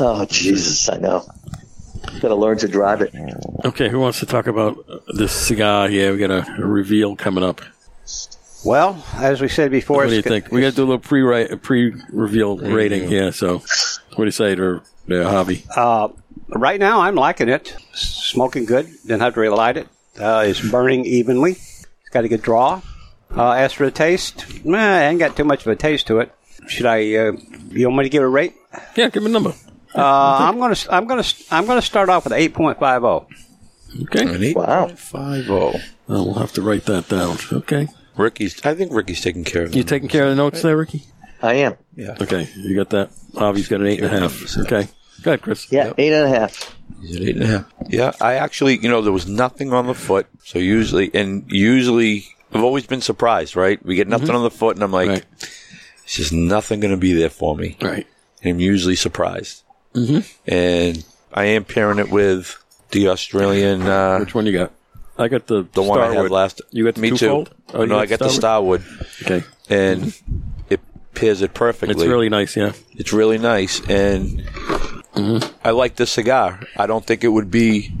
Speaker 7: Oh, Jesus, I know. Gotta learn to drive it.
Speaker 1: okay. Who wants to talk about uh, this cigar? Yeah, we got a, a reveal coming up.
Speaker 3: Well, as we said before,
Speaker 1: What do you
Speaker 3: it's-
Speaker 1: think? We got to do a little pre pre reveal
Speaker 7: Mm-hmm.
Speaker 1: rating. Yeah. So, what do you say to the hobby?
Speaker 3: Uh, right now, I'm liking it. S- Smoking good. Didn't have to relight it. Uh, it's burning evenly. It's got a good draw. Uh, as for the taste, meh, I ain't got too much of a taste to it. Should I? Uh, you want me to give it a rate?
Speaker 1: Yeah, give me a number.
Speaker 3: Uh, I'm gonna, s- I'm gonna, s- I'm gonna start off with 8.50.
Speaker 1: Okay.
Speaker 2: An eight
Speaker 7: Wow.
Speaker 2: [LAUGHS] five zero.
Speaker 1: Oh, we'll have to write that down. Okay.
Speaker 2: Ricky's. I think Ricky's taking care of
Speaker 1: You
Speaker 2: him.
Speaker 1: taking care of the notes there, Ricky?
Speaker 7: I am.
Speaker 1: Okay. You got that? Hobby's got an eight and a half. Okay. Go ahead, Chris.
Speaker 7: Yeah, eight and a half.
Speaker 2: Is it eight and a half? Yeah, I actually, you know, there was nothing on the foot. So usually, and usually, I've always been surprised, right? We get nothing on the foot, and I'm like,
Speaker 1: Right.
Speaker 2: it's just nothing going to be there for me.
Speaker 1: All right.
Speaker 2: And I'm usually surprised. Mm-hmm. And I am pairing it with the Australian, uh,
Speaker 1: Which one you got? I got the
Speaker 2: the one I
Speaker 1: Starwood.
Speaker 2: had last.
Speaker 1: You got the
Speaker 2: me
Speaker 1: twofold?
Speaker 2: too.
Speaker 1: Oh, you
Speaker 2: no, I got the Starwood,
Speaker 1: Okay.
Speaker 2: and it pairs it perfectly.
Speaker 1: It's really nice. Yeah.
Speaker 2: It's really nice, and
Speaker 1: Mm-hmm.
Speaker 2: I like this cigar. I don't think it would be.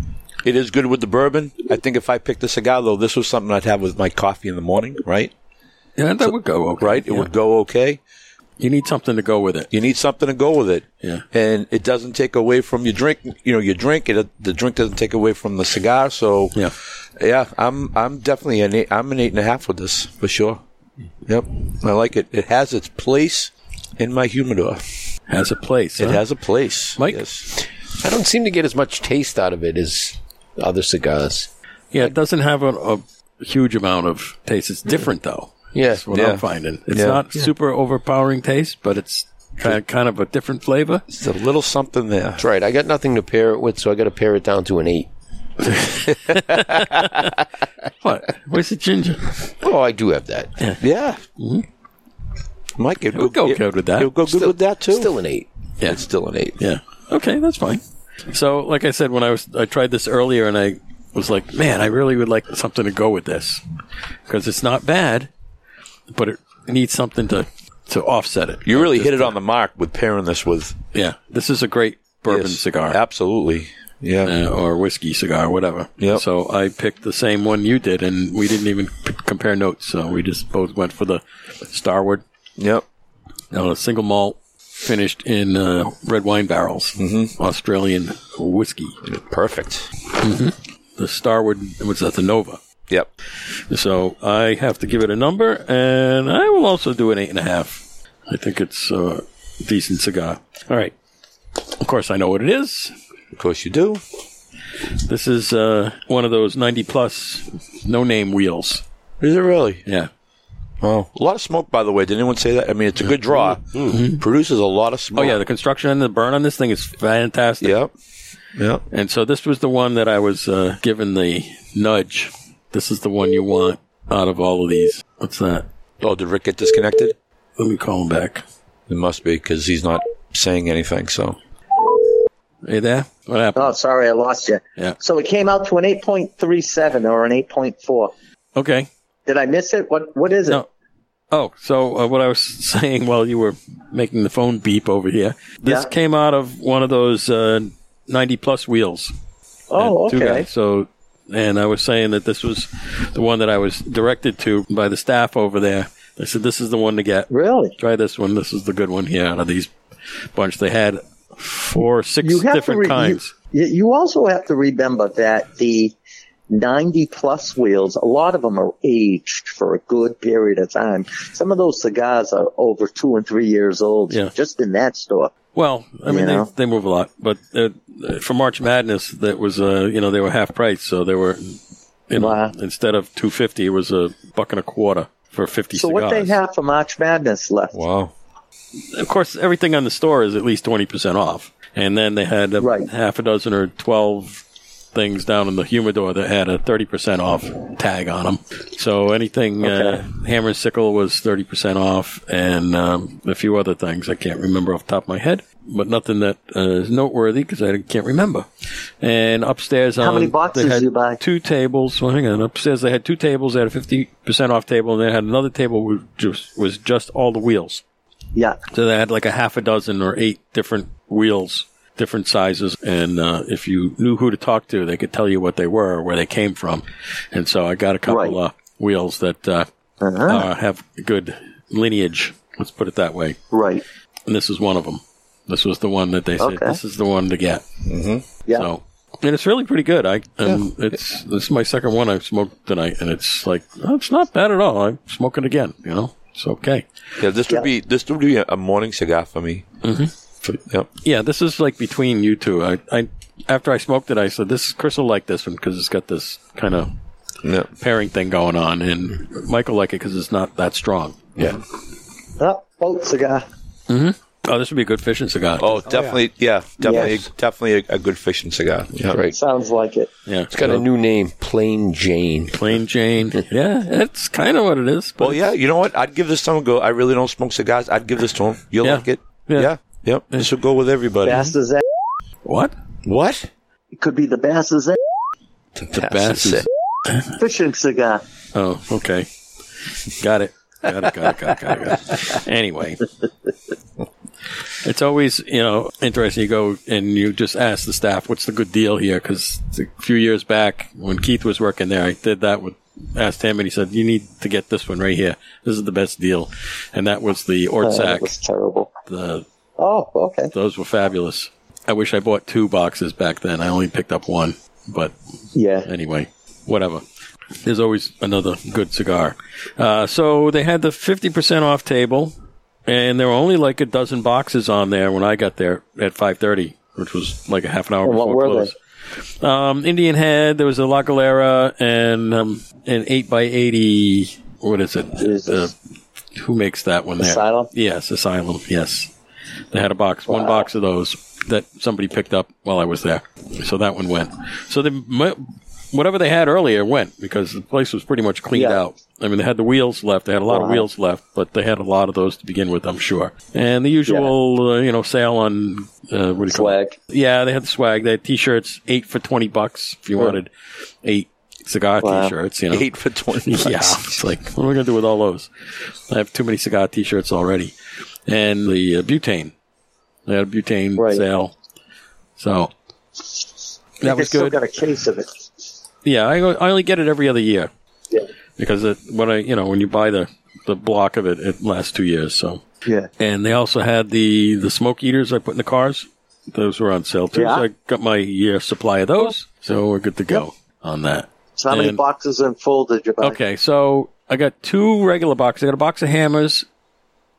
Speaker 2: It is good with the bourbon. I think if I picked the cigar, though, this was something I'd have with my coffee in the morning, right?
Speaker 1: Yeah, that would go okay.
Speaker 2: Right? It
Speaker 1: Yeah.
Speaker 2: would go okay.
Speaker 1: You need something to go with it.
Speaker 2: You need something to go with it,
Speaker 1: Yeah.
Speaker 2: and it doesn't take away from your drink. You know, your drink. It, the drink doesn't take away from the cigar. So,
Speaker 1: Yeah.
Speaker 2: yeah, I'm I'm definitely an eight, I'm an eight and a half with this for sure. Yep, I like it. It has its place in my humidor.
Speaker 1: Has a place.
Speaker 2: It
Speaker 1: huh?
Speaker 2: has a place,
Speaker 1: Mike?
Speaker 2: Yes.
Speaker 6: I don't seem to get as much taste out of it as other cigars.
Speaker 1: Yeah, it doesn't have a, a huge amount of taste. It's different though.
Speaker 6: Yeah.
Speaker 1: That's what
Speaker 2: Yeah.
Speaker 1: I'm finding. It's
Speaker 2: Yeah.
Speaker 1: not super overpowering taste, but it's kind of, kind of a different flavor.
Speaker 2: It's a little something there.
Speaker 6: That's right. I got nothing to pair it with, so I got to pair it down to an eight.
Speaker 1: What? Where's the ginger?
Speaker 6: Oh, I do have that.
Speaker 2: Yeah. Mm-hmm. Mike, it
Speaker 1: would go good with that.
Speaker 2: It would go good with that too.
Speaker 6: Still an eight.
Speaker 1: Yeah.
Speaker 2: It's still an eight.
Speaker 1: Yeah. Okay, that's fine. So, like I said, when I was I tried this earlier, and I was like, man, I really would like something to go with this because it's not bad, but it needs something to to offset it.
Speaker 2: You really hit it on the mark with pairing this with
Speaker 1: Yeah, this is a great bourbon
Speaker 2: Yes,
Speaker 1: cigar.
Speaker 2: Absolutely. Yeah.
Speaker 1: uh, or whiskey cigar, whatever.
Speaker 2: Yep.
Speaker 1: So I picked the same one you did, and we didn't even p- compare notes. So we just both went for the Starward,
Speaker 2: Yep.
Speaker 1: uh, single malt, finished in uh, red wine barrels, Australian whiskey.
Speaker 2: Perfect.
Speaker 1: The Starward was at the Nova.
Speaker 2: Yep.
Speaker 1: So I have to give it a number, and I will also do an eight and a half. I think it's uh, a decent cigar. All right. Of course, I know what it is.
Speaker 2: Of course you do.
Speaker 1: This is uh, one of those 90 plus no name wheels.
Speaker 2: Is it really?
Speaker 1: Yeah.
Speaker 2: Oh, a lot of smoke, by the way. Did anyone say that? I mean, it's a good draw. Produces a lot of
Speaker 1: Oh
Speaker 2: smoke.
Speaker 1: yeah, the construction and the burn on this thing is fantastic.
Speaker 2: Yep. Yep.
Speaker 1: And so this was the one that I was uh, given the nudge. This is the one you want out of all of these. What's that?
Speaker 2: Oh, did Rick get disconnected?
Speaker 1: Let me call him back.
Speaker 2: It must be because he's not saying anything. So
Speaker 1: Are you there? What happened?
Speaker 7: Oh, sorry, I lost you.
Speaker 1: Yeah.
Speaker 7: So it came out to an 8.37 or an 8.4.
Speaker 1: Okay.
Speaker 7: Did I miss it? What What is it?
Speaker 1: No. Oh, so uh, what I was [LAUGHS] saying while you were making the phone beep over here, this
Speaker 7: Yeah.
Speaker 1: came out of one of those uh, 90 plus wheels.
Speaker 7: oh,
Speaker 1: at two
Speaker 7: okay.
Speaker 1: guys. So, and I was saying that this was the one that I was directed to by the staff over there They said this is the one to get.
Speaker 7: Really?
Speaker 1: Try this one. This is the good one. Yeah, out of these bunch, they had four, six
Speaker 7: You have
Speaker 1: different
Speaker 7: to re-
Speaker 1: kinds.
Speaker 7: You, you also have to remember that the 90 plus wheels, a lot of them are aged for a good period of time. Some of those cigars are over two and three years old
Speaker 1: Yeah.
Speaker 7: just in that store.
Speaker 1: Well, I mean,
Speaker 7: know?
Speaker 1: they, they move a lot, but uh, for March Madness, that was uh, you know they were half price, so they were you know
Speaker 7: Wow.
Speaker 1: instead of two fifty, it was a buck and a quarter for fifty
Speaker 7: So
Speaker 1: cigars.
Speaker 7: what they have for March Madness left?
Speaker 2: Wow.
Speaker 1: Of course, everything on the store is at least twenty percent off, and then they had a,
Speaker 7: Right.
Speaker 1: half a dozen or twelve things down in the humidor that had a thirty percent off tag on them. So anything uh, hammer and sickle was thirty percent off, and um, a few other things I can't remember off the top of my head, but nothing that uh, is noteworthy because I can't remember. And upstairs,
Speaker 7: How
Speaker 1: on,
Speaker 7: many boxes
Speaker 1: they had
Speaker 7: you buy?
Speaker 1: Two tables. Well, hang on. Upstairs, they had two tables. They had a fifty percent off table, and they had another table which just, was just all the wheels.
Speaker 7: Yeah.
Speaker 1: So they had like a half a dozen or eight different wheels, different sizes, and uh, if you knew who to talk to, they could tell you what they were, where they came from, and so I got a couple
Speaker 7: Right. Uh-huh.
Speaker 1: of wheels that uh, uh, have good lineage. Let's put it that way.
Speaker 7: Right.
Speaker 1: And this is one of them. This was the one that they said
Speaker 7: Okay.
Speaker 1: this is the one to get.
Speaker 7: Yeah.
Speaker 1: So, and it's really pretty good. I and it's this is my second one I've smoked tonight, and it's like oh, it's not bad at all. I'm smoking again. You know, it's okay.
Speaker 2: Yeah, this would be this would be a a morning cigar for me. Mm-hmm. Yep.
Speaker 1: Yeah, this is like between you two. I, I after I smoked it, I said this Chris will like this one because it's got this kind of
Speaker 2: Yep.
Speaker 1: pairing thing going on, and Mike will like it because it's not that strong.
Speaker 2: Yeah.
Speaker 7: Oh, boat cigar.
Speaker 1: Oh, this would be a good fishing cigar.
Speaker 2: Oh, definitely. yeah. definitely.
Speaker 7: Yes.
Speaker 2: Definitely a, a good fishing cigar. Yeah.
Speaker 6: Great.
Speaker 7: Sounds like it.
Speaker 1: yeah,
Speaker 6: It's got a new name, Plain Jane.
Speaker 1: plain
Speaker 2: [LAUGHS]
Speaker 1: Jane. yeah, that's kind of what it is. But
Speaker 2: Well, Oh, yeah. You know what? I'd give this to him a go. I really don't smoke cigars. I'd give this to him. You'll
Speaker 1: Yeah.
Speaker 2: like it.
Speaker 1: Yeah.
Speaker 2: Yeah. Yep. This will go with everybody.
Speaker 7: Bass's a-
Speaker 1: what?
Speaker 2: What?
Speaker 7: eh? It could be the eh? Bass's a-
Speaker 1: The bass is.
Speaker 7: fishing cigar.
Speaker 1: Oh, okay. Got it. Got it. Got it. Got it. Got it. Got it. Anyway, it's always you know interesting. You go and you just ask the staff, "What's the good deal here?" Because a few years back, when Keith was working there, I did that with asked him, and he said, "You need to get this one right here. This is the best deal." And that was the
Speaker 7: Oh,
Speaker 1: Ortsac.
Speaker 7: that was terrible.
Speaker 1: the
Speaker 7: Oh, okay.
Speaker 1: those were fabulous. I wish I bought two boxes back then. I only picked up one, but
Speaker 7: Yeah.
Speaker 1: anyway, whatever. There's always another good cigar. Uh, so they had the 50% off table, and there were only like a dozen boxes on there when I got there at 5:30, which was like a half an hour
Speaker 7: And what
Speaker 1: before
Speaker 7: were
Speaker 1: close. Um, Indian Head. There was a La Galera and um, an eight by eighty. What is it?
Speaker 7: Jesus.
Speaker 1: Uh, who makes that one? There?
Speaker 7: Asylum?
Speaker 1: Yes, Asylum. Yes, they had a box, one box of those that somebody picked up while I was there. So that one went. So the m- whatever they had earlier went because the place was pretty much cleaned
Speaker 7: Yeah.
Speaker 1: out. I mean, they had the wheels left. They had a lot of
Speaker 7: Wow.
Speaker 1: wheels left, but they had a lot of those to begin with, I'm sure. And the usual, uh, you know, sale on uh, what do you call it?
Speaker 7: Swag.
Speaker 1: Yeah, they had the swag. They had t-shirts, eight for twenty bucks if you wanted eight cigar
Speaker 7: Wow.
Speaker 1: t-shirts. You know,
Speaker 2: Eight for
Speaker 1: [LAUGHS]
Speaker 2: twenty.
Speaker 1: yeah, it's like what am I going to do with all those? I have too many cigar t-shirts already, and the uh, butane. They had a butane
Speaker 7: Right.
Speaker 1: sale, so that was
Speaker 7: Still
Speaker 1: good.
Speaker 7: got a case of it.
Speaker 1: yeah, I, I only get it every other year
Speaker 7: Yeah.
Speaker 1: because it, when I you know when you buy the the block of it, it lasts two years. So
Speaker 7: Yeah.
Speaker 1: and they also had the the smoke eaters I put in the cars. Those were on sale too.
Speaker 7: Yeah.
Speaker 1: So I got my year supply of those, so we're good to go on that.
Speaker 7: So how many
Speaker 1: And-
Speaker 7: boxes in full did you buy?
Speaker 1: Okay, so I got two regular boxes. I got a box of hammers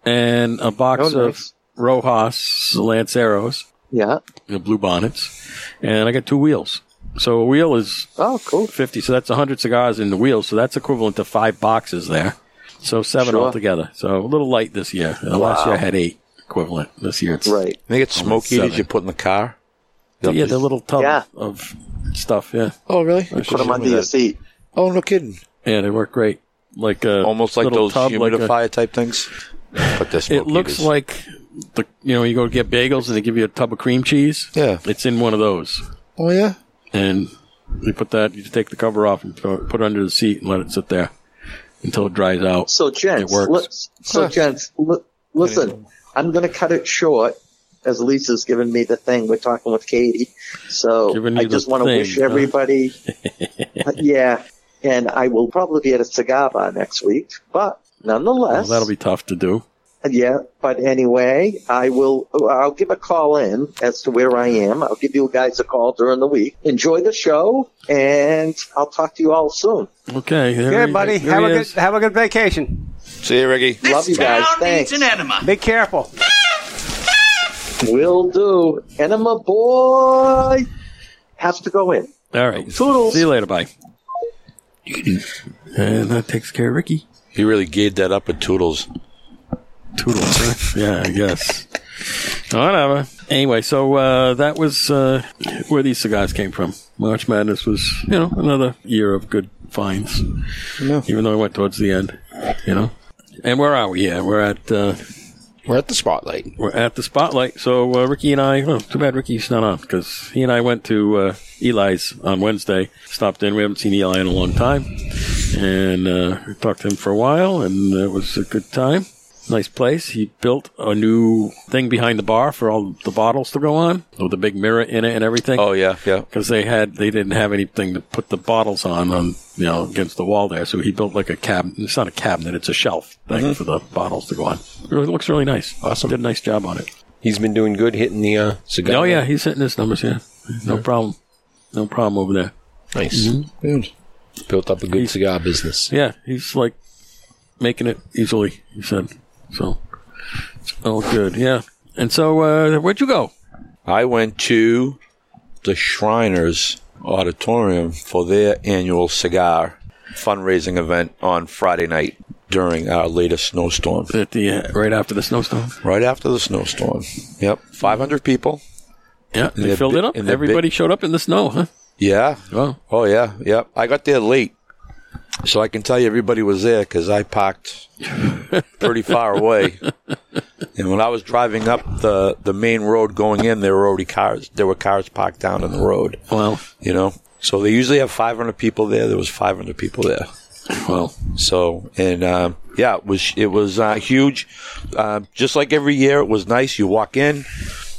Speaker 1: and a box
Speaker 7: Oh,
Speaker 1: of
Speaker 7: nice.
Speaker 1: Rojas Lanceros,
Speaker 7: Yeah.
Speaker 1: the blue bonnets, and I got two wheels. So a wheel is
Speaker 7: Oh, cool.
Speaker 1: fifty, so that's hundred cigars in the wheels. So that's equivalent to five boxes there. So seven
Speaker 7: Sure.
Speaker 1: altogether. So a little light this year. Uh, Last year I had eight equivalent. This year it's
Speaker 7: Right.
Speaker 2: They get smoke eaters
Speaker 1: seven.
Speaker 2: you put in the car.
Speaker 1: Yeah, the little tub
Speaker 7: Yeah.
Speaker 1: of stuff. Yeah,
Speaker 2: Oh, really?
Speaker 7: Put them under your seat.
Speaker 2: Oh, no kidding.
Speaker 1: yeah, they work great. Like a
Speaker 2: Almost like
Speaker 1: little
Speaker 2: those
Speaker 1: tub, like a-
Speaker 2: humidifier type things. But they're
Speaker 1: It
Speaker 2: smoke
Speaker 1: looks
Speaker 2: eaters.
Speaker 1: like the you know you go get bagels and they give you a tub of cream cheese.
Speaker 2: Yeah.
Speaker 1: it's in one of those,
Speaker 2: Oh, yeah.
Speaker 1: and you put that. You take the cover off and throw it, put it under the seat and let it sit there until it dries out.
Speaker 7: So, gents,
Speaker 1: It works.
Speaker 7: let's- so, gents, li- listen, I'm going to cut it short as Lisa's giving me the thing. We're talking with Katie. So,
Speaker 1: Giving you
Speaker 7: I
Speaker 1: the
Speaker 7: just want to
Speaker 1: thing,
Speaker 7: wish
Speaker 1: huh? [LAUGHS]
Speaker 7: everybody, Uh, yeah. And I will probably be at a cigar bar next week, but nonetheless.
Speaker 1: that'll be tough to do.
Speaker 7: Yeah, but anyway, I will. I'll give a call in as to where I am. I'll give you guys a call during the week. Enjoy the show, and I'll talk to you all soon.
Speaker 1: Okay. there
Speaker 3: Good,
Speaker 1: he-
Speaker 3: buddy.
Speaker 1: there
Speaker 3: Have
Speaker 1: he
Speaker 3: a good
Speaker 1: is.
Speaker 3: have a good vacation.
Speaker 2: See you, Ricky.
Speaker 5: This
Speaker 7: Love you
Speaker 5: town
Speaker 7: guys. Thanks.
Speaker 5: needs an enema.
Speaker 3: Be careful.
Speaker 7: Will do. Enema boy has to go in.
Speaker 1: All right.
Speaker 7: Toodles.
Speaker 1: See you later. Bye. And that takes care of Ricky.
Speaker 2: He really gave that up with Toodles.
Speaker 1: Toodles. Huh? [LAUGHS] yeah, I guess. Whatever. Anyway, so uh, that was uh, where these cigars came from. March Madness was, you know, another year of good finds. Even though I went towards the end, you know. And where are we? Yeah, we're at uh,
Speaker 6: We're at the spotlight.
Speaker 1: we're at the spotlight. So uh, Ricky and I. Oh, too bad Ricky's not on because he and I went to uh, Eli's on Wednesday. Stopped in. We haven't seen Eli in a long time, and uh, we talked to him for a while, and it was a good time. Nice place. He built a new thing behind the bar for all the bottles to go on with a big mirror in it and everything
Speaker 2: Oh yeah, yeah.
Speaker 1: because they had they didn't have anything to put the bottles on on you know against the wall there. So he built like a cabinet. It's not a cabinet; it's a shelf thing for the bottles to go on. It really looks really nice.
Speaker 6: Awesome.
Speaker 1: Did a nice job on it.
Speaker 6: He's been doing good hitting the uh, cigar.
Speaker 1: Oh yeah, he's hitting his numbers. Yeah, no problem. No problem over there.
Speaker 6: Nice. Good. Built up a good
Speaker 1: [LAUGHS]
Speaker 6: cigar business.
Speaker 1: Yeah, he's like making it easily. He said so. It's all good. Yeah. And so, uh, where'd you go?
Speaker 2: I went to the Shriners Auditorium for their annual cigar fundraising event on Friday night during our latest snowstorm.
Speaker 1: At the uh, right after the snowstorm.
Speaker 2: Right after the snowstorm. Yep. 500 people.
Speaker 1: Yeah, they
Speaker 2: they're
Speaker 1: filled
Speaker 2: bi-
Speaker 1: it up.
Speaker 2: and they're bi-
Speaker 1: Everybody showed up in the snow, huh?
Speaker 2: Yeah.
Speaker 1: Wow.
Speaker 2: Oh, yeah. Yep. I got there late. So I can tell you everybody was there because I parked pretty far away. And when I was driving up the, the main road going in, there were already cars. There were cars parked down in the road.
Speaker 1: Well,
Speaker 2: you know so they usually have 500 people there there was 500 people there
Speaker 1: well,
Speaker 2: so and um, yeah it was it was uh, huge uh, just like every year it was nice you walk in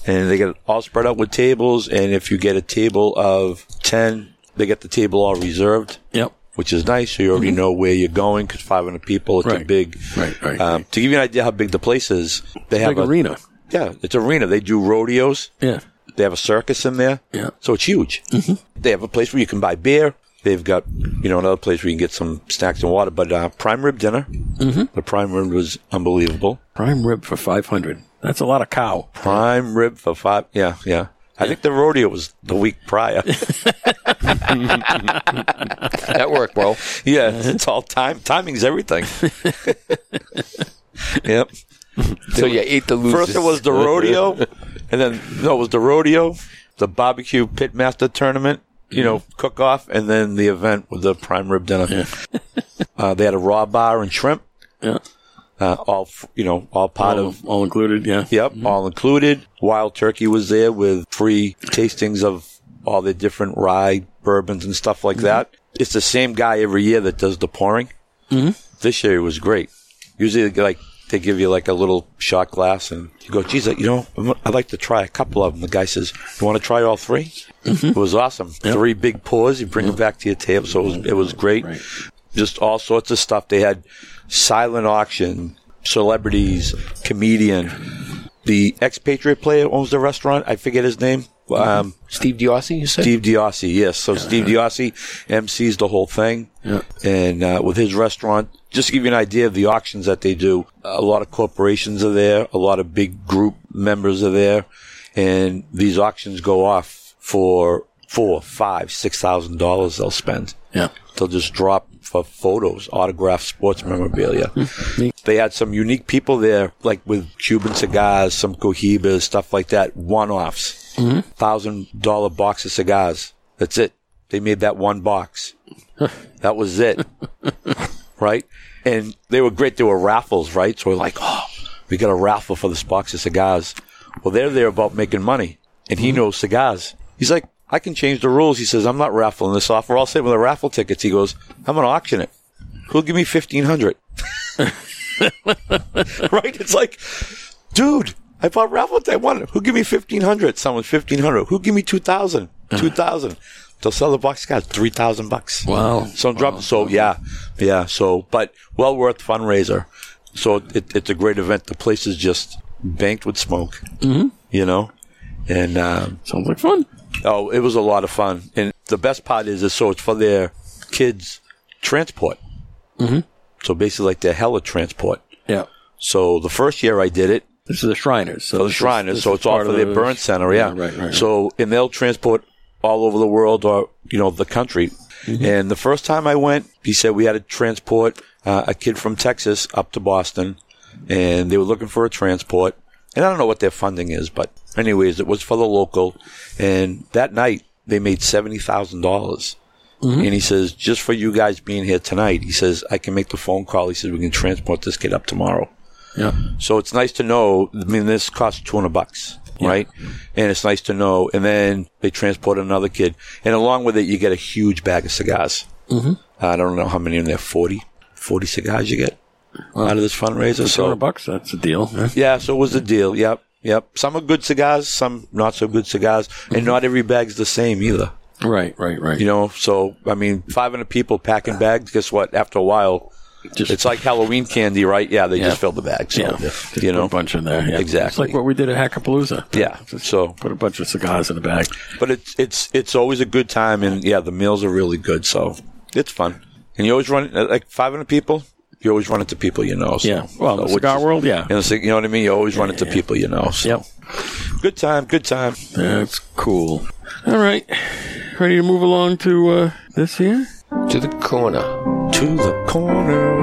Speaker 2: and they get it all spread out with tables and if you get a table of 10 they get the table all reserved
Speaker 1: yep. Mm-hmm.
Speaker 2: which is nice. So you already know where you're going because 500 people, it's a
Speaker 1: Right.
Speaker 2: big.
Speaker 1: Right, right,
Speaker 2: Um, to give you an idea how big the place is, they have
Speaker 1: Big
Speaker 2: a
Speaker 1: arena.
Speaker 2: Yeah, it's arena. They do rodeos.
Speaker 1: Yeah.
Speaker 2: They have a circus in there.
Speaker 1: Yeah.
Speaker 2: So it's huge. Mm-hmm. They have a place where you can buy beer. They've got, you know, another place where you can get some snacks and water. But uh, prime rib dinner. Mm-hmm. The prime rib was unbelievable.
Speaker 1: Prime rib for five hundred. That's a lot of cow.
Speaker 2: Prime rib for five. Yeah, yeah. I think the rodeo was the week [LAUGHS] prior.
Speaker 6: That worked well.
Speaker 2: yeah, it's all time. Timing's everything. [LAUGHS] yep.
Speaker 6: [LAUGHS] so you ate the losers.
Speaker 2: First, it was
Speaker 1: [LAUGHS]
Speaker 2: the rodeo, and then no, it was the rodeo, the barbecue pitmaster tournament, you know,
Speaker 1: Mm-hmm.
Speaker 2: cook off, and then the event with the prime rib dinner. [LAUGHS] uh, they had a raw bar and shrimp,
Speaker 1: Yeah.
Speaker 2: uh, all f- you know, all part
Speaker 1: All,
Speaker 2: of.
Speaker 1: all included. Yeah.
Speaker 2: Yep, mm-hmm. all included. Wild Turkey was there with free tastings of all the different rye bourbons and stuff like that. It's the same guy every year that does the pouring. Mm-hmm. This year it was great. Usually, like they give you like a little shot glass, and you go, "Geez, you know, I'm- I'd like to try a couple of them." The guy says, "You want to try all 3 It was awesome. Three big pours. You bring them back to your table, so it was, it was great. Just all sorts of stuff. They had silent auction, celebrities, comedian, the expatriate player who owns the restaurant. I forget his name. Um,
Speaker 6: Steve Diossi, you said?
Speaker 2: Steve Diossi, yes. So Steve Diossi MCs the whole thing, and uh, with his restaurant. Just to give you an idea of the auctions that they do, a lot of corporations are there, a lot of big group members are there, and these auctions go off for four, five, six thousand dollars. They'll spend.
Speaker 1: Yeah.
Speaker 2: They'll just drop for photos, autographed sports memorabilia. they had some unique people there, like with Cuban cigars, some cohibas, stuff like that, one offs. dollar box of cigars. That's it. They made that one box. that was it. right? And they were great. They were raffles, right? So we're like, oh, we got a raffle for this box of cigars. Well, they're there about making money, and he knows cigars. He's like, I can change the rules. He says, I'm not raffling this off. We're all sitting with the raffle tickets. He goes, I'm going to auction it. Who'll give me [LAUGHS] 1500 Right? It's like, dude, I
Speaker 1: Uh-huh.
Speaker 2: bought raffle tickets. I won it. Who give me 1500 Someone 1500 Who give me 2000 2000 They'll sell the box got three thousand bucks.
Speaker 1: Wow.
Speaker 2: So I'm dropping. So yeah, yeah. So but well worth fundraiser. So it, it's a great event. The place is just banked with smoke. Mm-hmm. You know, and um,
Speaker 1: Sounds like fun.
Speaker 2: oh, it was a lot of fun. And the best part is, is so it's for their kids' transport. Mm-hmm. So basically, like their hella transport.
Speaker 1: Yeah.
Speaker 2: So the first year I did it,
Speaker 1: This is the Shriners. So
Speaker 2: for Oh, the
Speaker 1: this is-
Speaker 2: Shriners,
Speaker 1: this
Speaker 2: so
Speaker 1: is
Speaker 2: it's all
Speaker 1: part
Speaker 2: for
Speaker 1: of
Speaker 2: their
Speaker 1: the-
Speaker 2: burn center, yeah.
Speaker 1: Right, right, right.
Speaker 2: So and they'll transport all over the world or you know the country.
Speaker 1: Mm-hmm.
Speaker 2: And the first time I went, he said we had to transport uh, a kid from Texas up to Boston, and they were looking for a transport. And I don't know what their funding is, but anyways, it was for the local. And that night they made seventy thousand dollars.
Speaker 1: Mm-hmm.
Speaker 2: And he says, just for you guys being here tonight, he says, I can make the phone call. He says, we can transport this kid up tomorrow.
Speaker 1: Yeah.
Speaker 2: So it's nice to know. I mean, this costs 200 bucks, right? And it's nice to know. And then they transport another kid. And along with it, you get a huge bag of cigars. Mm-hmm. I don't know how many in there, 40, 40 cigars you get out of this fundraiser.
Speaker 1: Two hundred
Speaker 2: So,
Speaker 1: bucks. That's a deal. Yeah.
Speaker 2: yeah, so it was a deal. Yep. Yep. Some are good cigars, some not so good cigars.
Speaker 1: Mm-hmm.
Speaker 2: And not every bag's the same either.
Speaker 1: Right. Right. Right.
Speaker 2: You know, so, I mean, 500 people packing bags, guess what? After a while,
Speaker 1: Just-
Speaker 2: it's like Halloween candy, right? Yeah, they
Speaker 1: Yeah.
Speaker 2: just fill the bag. So,
Speaker 1: yeah. Just
Speaker 2: you
Speaker 1: put
Speaker 2: know,
Speaker 1: a bunch in there. Yeah.
Speaker 2: Exactly.
Speaker 1: It's like what we did at Hackapalooza.
Speaker 2: Yeah.
Speaker 1: Just
Speaker 2: So,
Speaker 1: put a bunch of cigars in the bag.
Speaker 2: but it's it's it's always a good time, and yeah, the meals are really good, so it's fun. And you always run uh, like 500 people. You always run into people you know. So,
Speaker 1: Yeah. Well,
Speaker 2: so
Speaker 1: the
Speaker 2: which
Speaker 1: cigar
Speaker 2: is-
Speaker 1: world. Yeah.
Speaker 2: You know, so- you know what I mean. You always run into people you know. So.
Speaker 1: Yep.
Speaker 2: Good time. Good time.
Speaker 1: That's cool. All right. Ready to move along to uh, this here?
Speaker 6: To the corner.
Speaker 2: To the corner.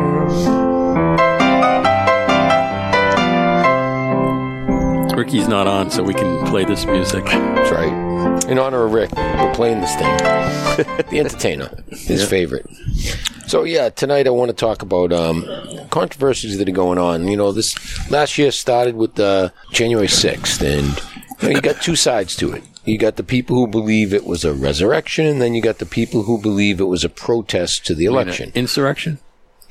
Speaker 1: Ricky's not on, so we can play this music.
Speaker 6: That's right. In honor of Rick, we're playing this thing. [LAUGHS] the entertainer, his favorite. So yeah, tonight I want to talk about um, controversies that are going on. You know, this last year started with uh, January sixth, and you, know, you got two sides to it. You got the people who believe it was a resurrection, and then you got the people who believe it was a protest to the election.
Speaker 1: Insurrection?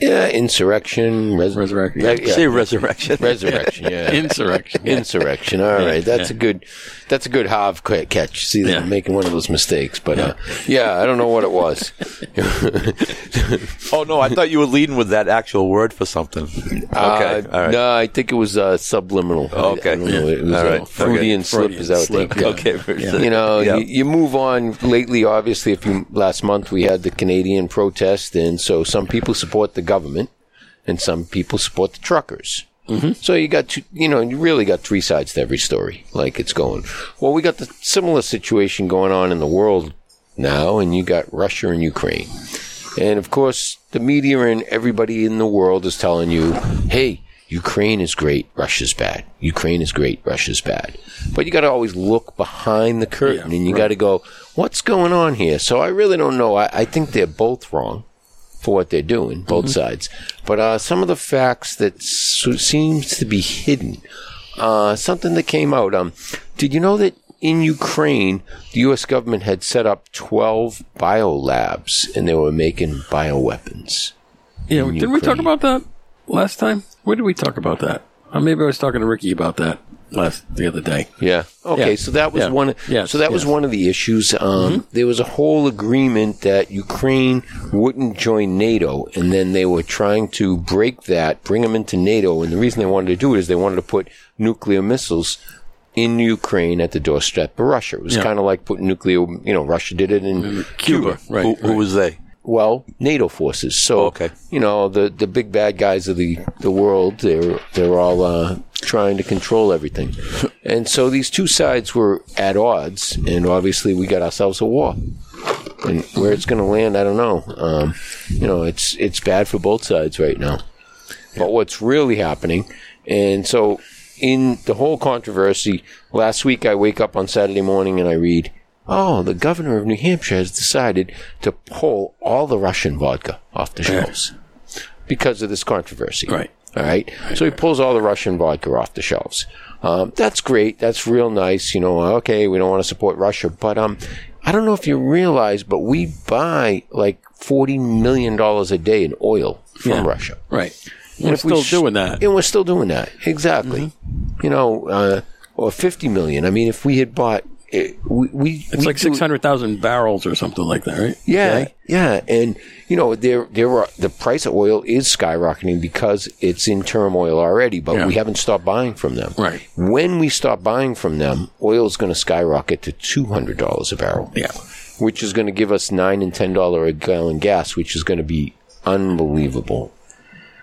Speaker 6: Yeah, insurrection, res-
Speaker 1: Resurrection.
Speaker 6: yeah,
Speaker 2: Say
Speaker 6: yeah.
Speaker 2: resurrection.
Speaker 6: resurrection. Yeah,
Speaker 1: Insurrection.
Speaker 6: insurrection. All right, that's a good, that's a good half ca- catch. See,
Speaker 1: Yeah.
Speaker 6: I'm making one of those mistakes, but yeah. Uh, yeah, I don't know what it was.
Speaker 2: oh no, I thought you were leading with that actual word for something. [LAUGHS] Okay.
Speaker 6: Uh,
Speaker 2: All right.
Speaker 6: No, I think it was uh, subliminal. I-
Speaker 2: Okay.
Speaker 6: I don't know. It was
Speaker 2: All right.
Speaker 6: uh, Freudian
Speaker 1: Okay.
Speaker 6: slip is out
Speaker 1: Freudian
Speaker 6: there.
Speaker 1: slip,
Speaker 2: [LAUGHS] Okay.
Speaker 6: You know,
Speaker 2: Yeah.
Speaker 6: you, you move on lately. Obviously, if you last month we had the Canadian protest, and so some people support the government, and some people support the truckers. Mm-hmm. So you got two, you know, you really got three sides to every story. Like it's going. Well, we got the similar situation going on in the world now, and you got Russia and Ukraine. And of course, the media and everybody in the world is telling you, hey, Ukraine is great, Russia's bad. Ukraine is great, Russia's bad. But you got to always look behind the curtain and you got to go, what's going on here? So I really don't know. I, I think they're both wrong for what they're doing, both sides. But uh, some of the facts that s- seems to be hidden, uh, something that came out. Um, did you know that in Ukraine, the U.S. government had set up 12 biolabs and they were making bioweapons?
Speaker 1: Yeah, didn't we talk
Speaker 6: Ukraine.
Speaker 1: about that last time? Where did we talk about that? Or maybe I was talking to Ricky about that last the other day.
Speaker 6: Yeah. Okay.
Speaker 1: Yeah.
Speaker 6: So that was
Speaker 1: Yeah.
Speaker 6: one.
Speaker 1: Yes,
Speaker 6: So that was
Speaker 1: yes. Mm-hmm.
Speaker 6: one of the issues. Um, There was a whole agreement that Ukraine wouldn't join NATO, and then they were trying to break that, bring them into NATO. And the reason they wanted to do it is they wanted to put nuclear missiles in Ukraine at the doorstep of Russia. It was kind of like putting nuclear. You know, Russia did it in
Speaker 1: Cuba, right?
Speaker 2: who, who was they?
Speaker 6: well, NATO forces. So,
Speaker 2: Okay.
Speaker 6: you know, the, the big bad guys of the, the world, they're, they're all uh, trying to control everything. And so these two sides were at odds, and obviously we got ourselves a war. And where it's going to land, I don't know. Um, you know, it's, it's bad for both sides right now. But what's really happening, and so in the whole controversy, last week I wake up on Saturday morning and I read, oh, the governor of New Hampshire has decided to pull all the Russian vodka off the shelves because of this controversy.
Speaker 1: Right.
Speaker 6: All right. So he pulls all the Russian vodka off the shelves. Um, that's great. That's real nice. You know, okay, we don't want to support Russia, but um, I don't know if you realize, but we buy like forty million dollars a day in oil from
Speaker 1: Yeah.
Speaker 6: Russia.
Speaker 1: Right.
Speaker 6: And
Speaker 1: We're
Speaker 6: if we
Speaker 1: still
Speaker 6: sh-
Speaker 1: doing that. Mm-hmm.
Speaker 6: And we're still doing that. Exactly. You know, uh, or 50 million. I mean, if we had bought it, we, we
Speaker 1: It's like 600,000 barrels or something like that, right?
Speaker 6: Yeah,
Speaker 1: Okay.
Speaker 6: yeah, and you know there there are the price of oil is skyrocketing because it's in turmoil already, but
Speaker 1: Yeah.
Speaker 6: we haven't stopped buying from them.
Speaker 1: Right.
Speaker 6: When we stop buying from them, oil is going to skyrocket to two hundred dollars a barrel.
Speaker 1: Yeah.
Speaker 6: Which is going to give us nine and ten dollar a gallon gas, which is going to be unbelievable,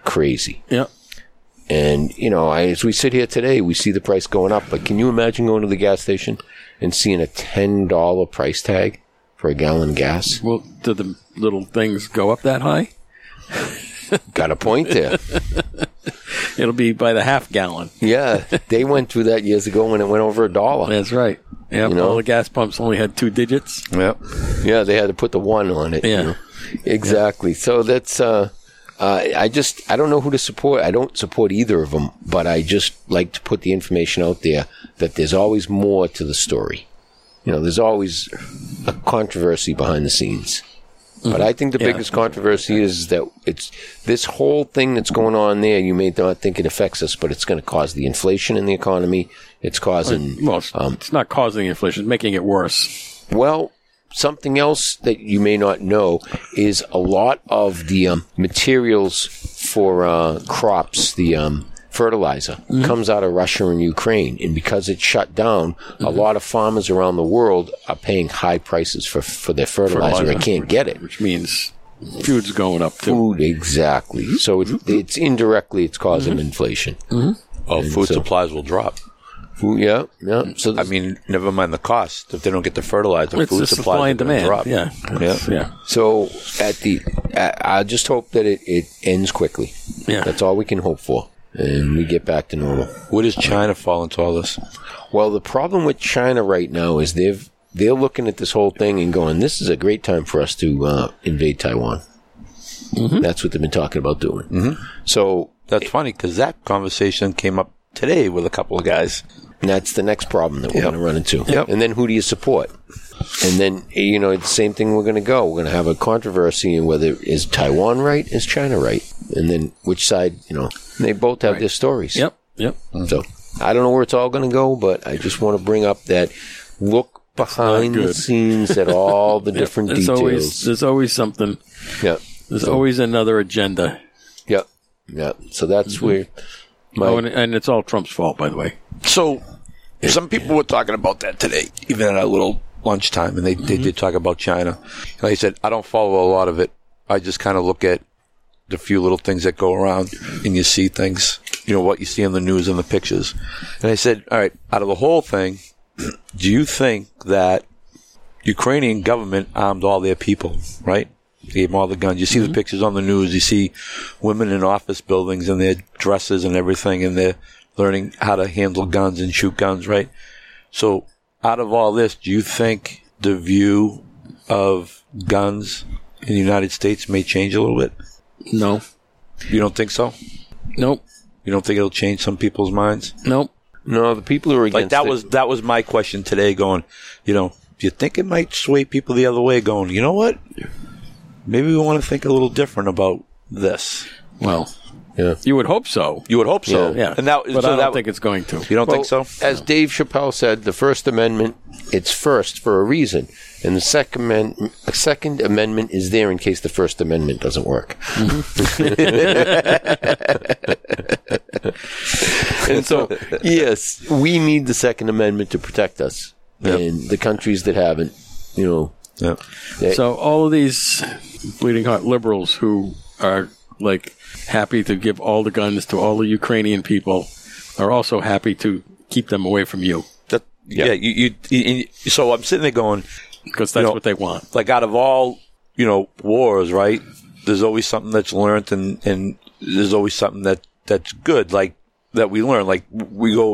Speaker 6: crazy.
Speaker 1: Yeah.
Speaker 6: And you know, I, as we sit here today, we see the price going up. But can you imagine going to the gas station and seeing a ten dollar price tag for a gallon of gas?
Speaker 1: Well, did the little things go up that high?
Speaker 6: Got a point there.
Speaker 1: It'll be by the half gallon.
Speaker 6: yeah, they went through that years ago when it went over a dollar.
Speaker 1: That's right. Yeah,
Speaker 6: You know?
Speaker 1: all the gas pumps only had two digits.
Speaker 6: Yep. Yeah, they had to put the one on it. you
Speaker 1: Yeah.
Speaker 6: know. Exactly. So that's. Uh, uh, I just I don't know who to support. I don't support either of them, but I just like to put the information out there that there's always more to the story. You know, there's always a controversy behind the scenes. But I think the
Speaker 1: Mm-hmm. Yeah.
Speaker 6: biggest controversy is that it's this whole thing that's going on there. You may not think it affects us, but it's going to cause the inflation in the economy. It's causing
Speaker 1: Well, it's, it's not causing inflation; it's making it worse.
Speaker 6: well, something else that you may not know is a lot of the um, materials for uh, crops, the um, fertilizer, comes out of Russia and Ukraine. And because it's shut down, a lot of farmers around the world are paying high prices for, for their fertilizer. They
Speaker 1: Fertilizer.
Speaker 6: can't get it.
Speaker 1: Which means food's going up too.
Speaker 6: Food, exactly. So it's, it's indirectly it's causing inflation.
Speaker 2: Oh, food
Speaker 6: so-
Speaker 2: supplies will drop.
Speaker 6: Food, yeah, yeah. So
Speaker 2: I mean, never mind the cost. If they don't get the fertilizer,
Speaker 1: It's
Speaker 2: food
Speaker 1: the supply
Speaker 2: supplies
Speaker 1: and
Speaker 2: are gonna
Speaker 1: demand.
Speaker 2: drop.
Speaker 1: Yeah, It's- yeah,
Speaker 6: So at the, I I just hope that it, it ends quickly.
Speaker 1: Yeah.
Speaker 6: that's all we can hope for, and we get back to normal.
Speaker 2: Where does China fall into all this?
Speaker 6: Well, the problem with China right now is they've they're looking at this whole thing and going, "This is a great time for us to uh, invade Taiwan." That's what they've been talking about doing. Mm-hmm. So
Speaker 2: That's funny because that conversation came up today with a couple of guys.
Speaker 6: And that's the next problem that we're
Speaker 2: Yep.
Speaker 6: going to run into.
Speaker 2: Yep.
Speaker 6: And then who do you support? And then you know it's the same thing. We're going to go. We're going to have a controversy in whether is Taiwan right, is China right, and then which side. You know, they both have their stories.
Speaker 1: yep, yep.
Speaker 6: So I don't know where it's all going to go, but I just want to bring up that look behind the
Speaker 1: good.
Speaker 6: scenes at
Speaker 2: [LAUGHS]
Speaker 6: all the different
Speaker 1: There's
Speaker 6: details.
Speaker 1: always there's always something.
Speaker 6: yeah.
Speaker 1: There's always another agenda.
Speaker 6: Yep. Yep. So that's
Speaker 2: Mm-hmm.
Speaker 6: where my
Speaker 1: Oh, and, and it's all Trump's fault, by the way.
Speaker 2: So, some people were talking about that today, even at our little lunchtime, and they, they did talk about China. Like I said, I don't follow a lot of it. I just kind of look at the few little things that go around, and you see things, you know, what you see on the news and the pictures. And I said, all right, out of the whole thing, do you think that Ukrainian government armed all their people, right? Gave them all the guns. You see the pictures on the news. You see women in office buildings in their dresses and everything, and they're learning how to handle guns and shoot guns, right? So, out of all this, do you think the view of guns in the United States may change a little bit?
Speaker 1: No,
Speaker 2: You don't think so?
Speaker 1: nope,
Speaker 2: You don't think it'll change some people's minds?
Speaker 1: nope.
Speaker 6: no, the people who are
Speaker 2: Like
Speaker 6: against
Speaker 2: that
Speaker 6: it-
Speaker 2: was that was my question today. Going, you know, do you think it might sway people the other way? Going, you know what? Maybe we want to think a little different about this.
Speaker 1: Well,
Speaker 6: Yeah.
Speaker 1: you would hope so.
Speaker 2: You would hope so.
Speaker 1: Yeah,
Speaker 2: And that,
Speaker 1: but
Speaker 2: so
Speaker 1: I don't
Speaker 2: that,
Speaker 1: think it's going to.
Speaker 2: you don't
Speaker 6: Well, eh,
Speaker 2: think so.
Speaker 6: As Dave Chappelle said, the First Amendment, it's first for a reason, and the Second, Amen- Second Amendment is there in case the First Amendment doesn't work.
Speaker 2: Mm-hmm. [LAUGHS]
Speaker 6: and so, yes, we need the Second Amendment to protect us, and the countries that haven't, you know,
Speaker 2: Yeah.
Speaker 1: So all of these bleeding heart liberals who are like happy to give all the guns to all the Ukrainian people are also happy to keep them away from you
Speaker 2: That, yeah. you, you, you- you- So I'm sitting there going,
Speaker 1: because that's
Speaker 2: You know-
Speaker 1: what they want.
Speaker 2: like, out of all you know wars, right? There's always something that's learned, and and there's always something that that's good, like that we learn. Like we go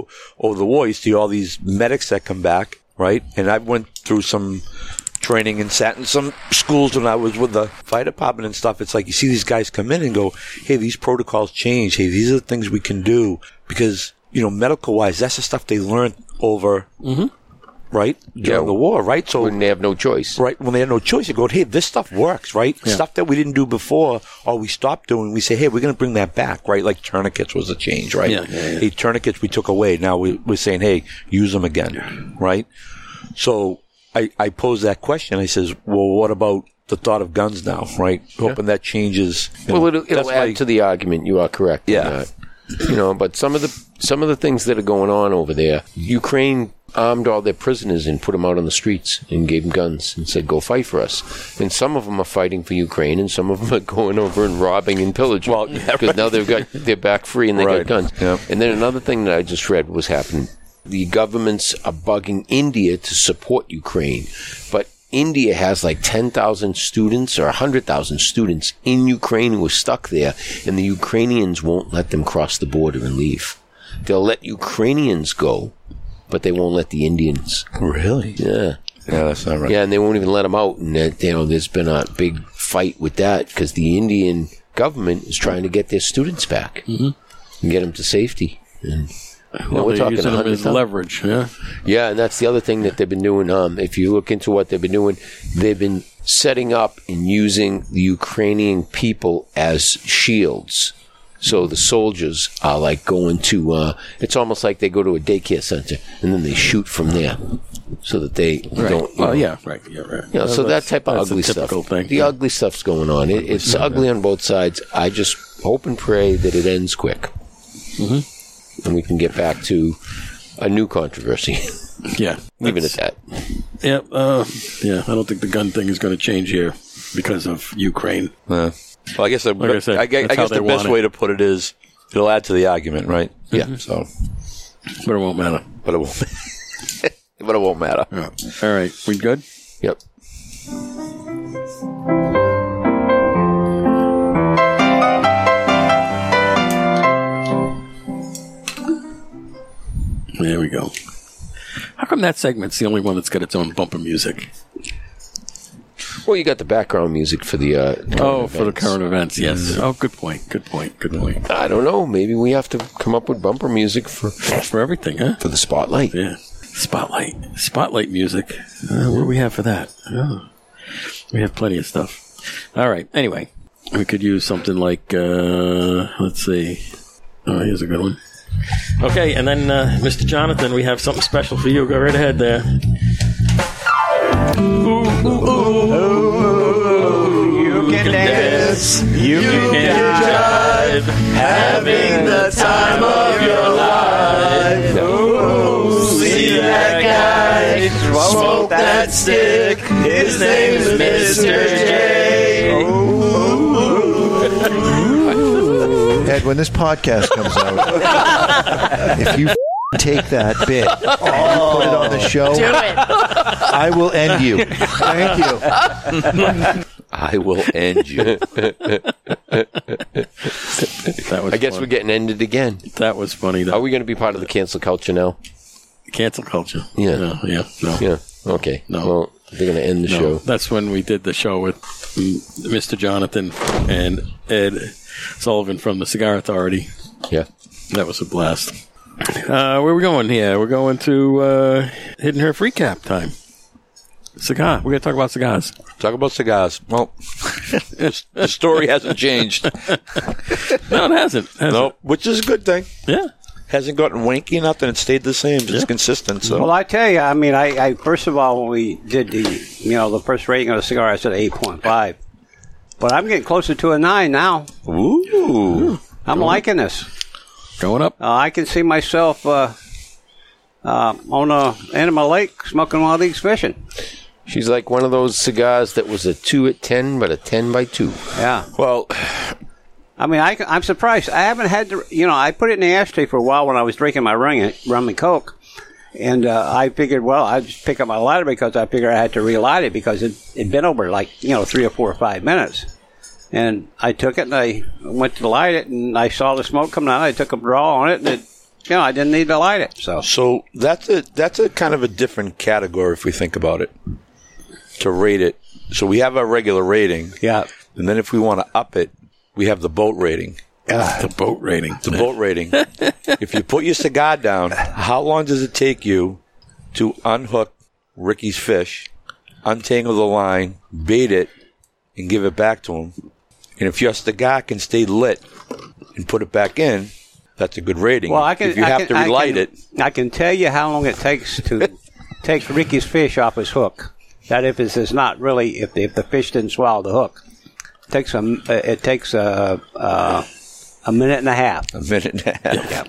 Speaker 2: over the war, you see all these medics that come back, right? And I went through some training and sat in some schools when I was with the fire department and stuff. It's like you see these guys come in and go, "Hey, these protocols change. Hey, these are the things we can do because you know, medical wise, that's the stuff they learned over." Right during
Speaker 6: Mm-hmm. Yeah.
Speaker 2: the war, right? So
Speaker 6: when they have no choice.
Speaker 2: right when they had no choice, they go, "Hey, this stuff works, right? Stuff that we didn't do before, or we stopped doing. We say, hey, we're going to bring that back, right? Like tourniquets was a change, right?
Speaker 1: Yeah, yeah, yeah.
Speaker 2: Hey, tourniquets we took away. Now we, we're saying, hey, use them again, right? So I, I posed that question. I says, well, what about the thought of guns now, right? Hoping that changes. you
Speaker 6: Well,
Speaker 2: know,
Speaker 6: it'll,
Speaker 2: that's
Speaker 6: it'll
Speaker 2: why-
Speaker 6: add to the argument. You are correct. in
Speaker 2: Yeah.
Speaker 6: that. You know, but some of the some of the things that are going on over there, Ukraine armed all their prisoners and put them out on the streets and gave them guns and said, "Go fight for us." And some of them are fighting for Ukraine, and some of them are [LAUGHS] going over and robbing and pillaging.
Speaker 2: Well, yeah,
Speaker 6: because now they've got they're back free and they
Speaker 2: Right,
Speaker 6: got guns.
Speaker 2: yeah.
Speaker 6: And then another thing that I just read was happening: the governments are bugging India to support Ukraine, but India has like 10,000 students or 100,000 students in Ukraine who are stuck there, and the Ukrainians won't let them cross the border and leave. They'll let Ukrainians go, but they won't let the Indians.
Speaker 2: Really?
Speaker 6: Yeah.
Speaker 2: Yeah, that's not right.
Speaker 6: Yeah, and they won't even let them out. And that, you know, there's been a big fight with that because the Indian government is trying to get their students back and get them to safety. And you know,
Speaker 1: Well,
Speaker 6: we're
Speaker 1: Mm-hmm. they're
Speaker 6: talking
Speaker 1: using them as
Speaker 6: 100,000.
Speaker 1: leverage. Yeah.
Speaker 6: Yeah, and that's the other thing that they've been doing. Um, if you look into what they've been doing, they've been setting up and using the Ukrainian people as shields. So the soldiers are like going to. Uh, it's almost like they go to a daycare center and then they shoot from there, so that they don't. you know,
Speaker 1: Well, yeah. Right. Yeah. Right.
Speaker 6: you know, so that
Speaker 1: that's-
Speaker 6: type of
Speaker 1: that's a
Speaker 6: ugly stuff.
Speaker 1: typical Thing.
Speaker 6: The ugly stuff's going on. It, it's ugly on both sides. I just hope and pray that it ends quick, mm-hmm.
Speaker 1: Mm-hmm.
Speaker 6: and we can get back to a new controversy. [LAUGHS]
Speaker 1: Yeah.
Speaker 6: Leave it at
Speaker 1: That's-
Speaker 6: that.
Speaker 1: Yeah. Uh, yeah. I don't think the gun thing is going to change here because of Ukraine.
Speaker 2: Yeah. Well, I guess the,
Speaker 1: Like I said,
Speaker 2: I gue- I
Speaker 1: that's how
Speaker 2: guess
Speaker 1: they
Speaker 2: the best
Speaker 1: want it. Mm-hmm.
Speaker 2: way to put it is it'll add to the argument, right? Yeah. So,
Speaker 1: But it won't matter.
Speaker 2: but it won't. [LAUGHS]
Speaker 6: But it won't matter.
Speaker 1: All right. We good?
Speaker 6: Yep.
Speaker 1: There we go. How come that segment's the only one that's got its own bumper music?
Speaker 6: Well, you got the background music for the. Uh, current
Speaker 1: Oh, for the
Speaker 6: events.
Speaker 1: current events, yes. Oh, good point. Good point. Good point.
Speaker 6: I don't know. Maybe we have to come up with bumper music for
Speaker 1: For everything, huh?
Speaker 6: for the spotlight.
Speaker 1: Yeah. Spotlight. Spotlight music. Uh, what do we have for that? Oh. We have plenty of stuff. All right. Anyway, we could use something like, uh, let's see. Oh, here's a good one. Okay, and then uh, Mr. Jonathan, we have something special for you. Go right ahead there.
Speaker 3: You can dance.
Speaker 1: You, can jive, having the time of your life. see that guy,
Speaker 3: Smoke that
Speaker 1: stick. His name's Mr. J.
Speaker 8: Ed, when this podcast comes out, if you f***ing take that bit and put it on the show,
Speaker 4: Do it.
Speaker 8: I will end you. Thank you.
Speaker 2: I will end you.
Speaker 1: That was
Speaker 6: I guess
Speaker 1: fun.
Speaker 6: we're getting ended again.
Speaker 1: that was funny. That
Speaker 6: Are we going to be part of the cancel culture now?
Speaker 1: cancel culture.
Speaker 6: Yeah.
Speaker 1: no, yeah, no.
Speaker 6: Yeah. Okay.
Speaker 1: No.
Speaker 6: Well, they're going to end the
Speaker 1: No,
Speaker 6: show.
Speaker 1: That's when we did the show with mm, Mr. Jonathan and Ed Sullivan from the Cigar Authority.
Speaker 6: Yeah.
Speaker 1: That was a blast. Uh, where we going here? We're going to uh, Hidden Herf recap time. Cigar. We're going to talk about cigars.
Speaker 2: [LAUGHS] Talk about cigars. Well, the story hasn't changed.
Speaker 1: No, it hasn't. Has
Speaker 2: No, which is a good thing.
Speaker 1: It? Yeah.
Speaker 2: Hasn't gotten wanky nothing. It stayed the same. It's consistent. So
Speaker 3: Well, I tell you, I mean, I, I first of all, when we did the, you know, the first rating of the cigar, I said eight point five, but I'm getting closer to a nine now.
Speaker 2: ooh,
Speaker 3: I'm liking this.
Speaker 1: Going up.
Speaker 3: Uh, I can see myself uh, uh, on a Anima Lake smoking one of these fishing.
Speaker 6: She's like one of those cigars that was a two at ten, but a ten by two.
Speaker 3: Yeah.
Speaker 2: well,
Speaker 3: I mean, I, am surprised. I haven't had to, you know, I put it in the ashtray for a while when I was drinking my rum, rum and coke. And uh, I figured, well, I'd just pick up my lighter because I figured I had to relight it because it had been over like, you know, three or four or five minutes. And I took it and I went to light it and I saw the smoke coming out. I took a draw on it and it, you know, I didn't need to light it. So,
Speaker 2: so that's a that's a kind of a different category if we think about it. To rate it, so we have our regular rating,
Speaker 3: yeah.
Speaker 2: and then if we want to up it, we have the boat rating.
Speaker 1: The boat rating.
Speaker 2: The boat rating. if you put your cigar down, how long does it take you to unhook Ricky's fish, untangle the line, bait it, and give it back to him? And if your cigar can stay lit and put it back in, that's a good rating.
Speaker 3: Well, I can.
Speaker 2: if you
Speaker 3: I
Speaker 2: have
Speaker 3: can-
Speaker 2: to
Speaker 3: I
Speaker 2: relight
Speaker 3: can-
Speaker 2: it, [LAUGHS]
Speaker 3: I can tell you how long it takes to takes Ricky's fish off his hook. That if it's, it's not really if the, if the fish didn't swallow the hook, takes a m- uh, it takes a uh, a minute and a half.
Speaker 2: A minute and a half.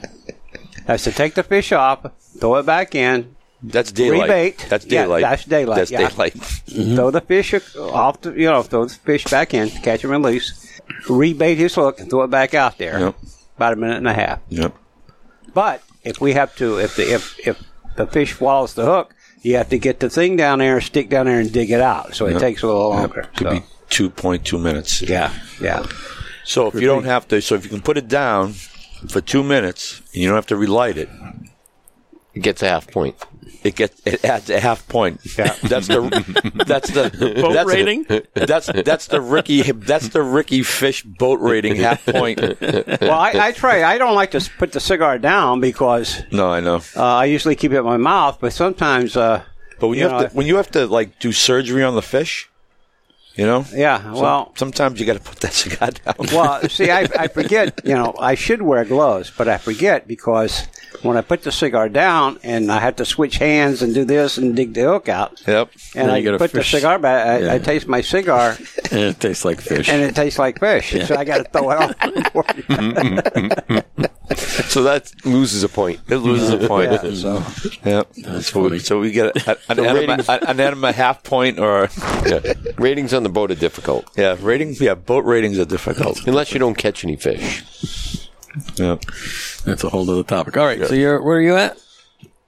Speaker 3: That's to take the fish off, throw it back in,
Speaker 2: That's daylight.
Speaker 3: Rebate.
Speaker 2: That's
Speaker 3: Yeah,
Speaker 2: daylight.
Speaker 3: that's daylight,
Speaker 2: That's
Speaker 3: yeah.
Speaker 2: daylight. Mm-hmm.
Speaker 3: throw the fish off, the, you know, throw the fish back in, catch and release, rebait his hook, and throw it back out there.
Speaker 2: Yep.
Speaker 3: About a minute and a half.
Speaker 2: Yep.
Speaker 3: But if we have to, if the if if the fish swallows the hook, you have to get the thing down there, stick down there, and dig it out. So it
Speaker 2: Yep.
Speaker 3: takes a little longer.
Speaker 2: Could
Speaker 3: So,
Speaker 2: be two point two minutes.
Speaker 3: yeah,
Speaker 2: [LAUGHS]
Speaker 3: yeah.
Speaker 2: So if you don't have to, so if you can put it down for two minutes and you don't have to relight it,
Speaker 6: It gets a half point.
Speaker 2: it gets it adds a half point.
Speaker 3: Yeah.
Speaker 2: [LAUGHS] that's the that's
Speaker 3: [LAUGHS]
Speaker 2: the boat that's
Speaker 1: rating?
Speaker 2: that's that's the Ricky that's the Ricky Fish boat rating half point.
Speaker 3: Well, I, I try. I don't like to s- put the cigar down because
Speaker 2: No, I know.
Speaker 3: uh, I usually keep it in my mouth, but sometimes, uh,
Speaker 2: But when you,
Speaker 3: you
Speaker 2: have
Speaker 3: know,
Speaker 2: to when you have to like do surgery on the fish, you know,
Speaker 3: yeah.
Speaker 2: Some-
Speaker 3: Well,
Speaker 2: sometimes you got to put that cigar down.
Speaker 3: well, see, I, I forget. You know, I should wear gloves, but I forget because when I put the cigar down and I have to switch hands and do this and dig the hook out,
Speaker 2: [LAUGHS] Yep.
Speaker 3: and
Speaker 1: Now
Speaker 3: I
Speaker 1: you gotta
Speaker 3: put
Speaker 1: fish.
Speaker 3: the cigar back, I,
Speaker 1: Yeah.
Speaker 3: I taste my cigar
Speaker 1: And it tastes like fish.
Speaker 3: and it tastes like fish, so I got to throw
Speaker 1: [LAUGHS]
Speaker 3: it off. [LAUGHS]
Speaker 6: So that loses a point.
Speaker 2: It loses a point.
Speaker 3: yeah, so
Speaker 2: Yep. That's so, we, so we get a,
Speaker 3: [LAUGHS]
Speaker 2: an,
Speaker 6: rating-
Speaker 2: anima, an anima half point or
Speaker 6: Yeah. [LAUGHS] Ratings on the boat are difficult
Speaker 2: yeah rating. Yeah, boat ratings are
Speaker 3: [LAUGHS]
Speaker 2: difficult.
Speaker 6: unless you don't catch any fish.
Speaker 2: Yep.
Speaker 1: That's a whole other topic. All right. So you're where are you at?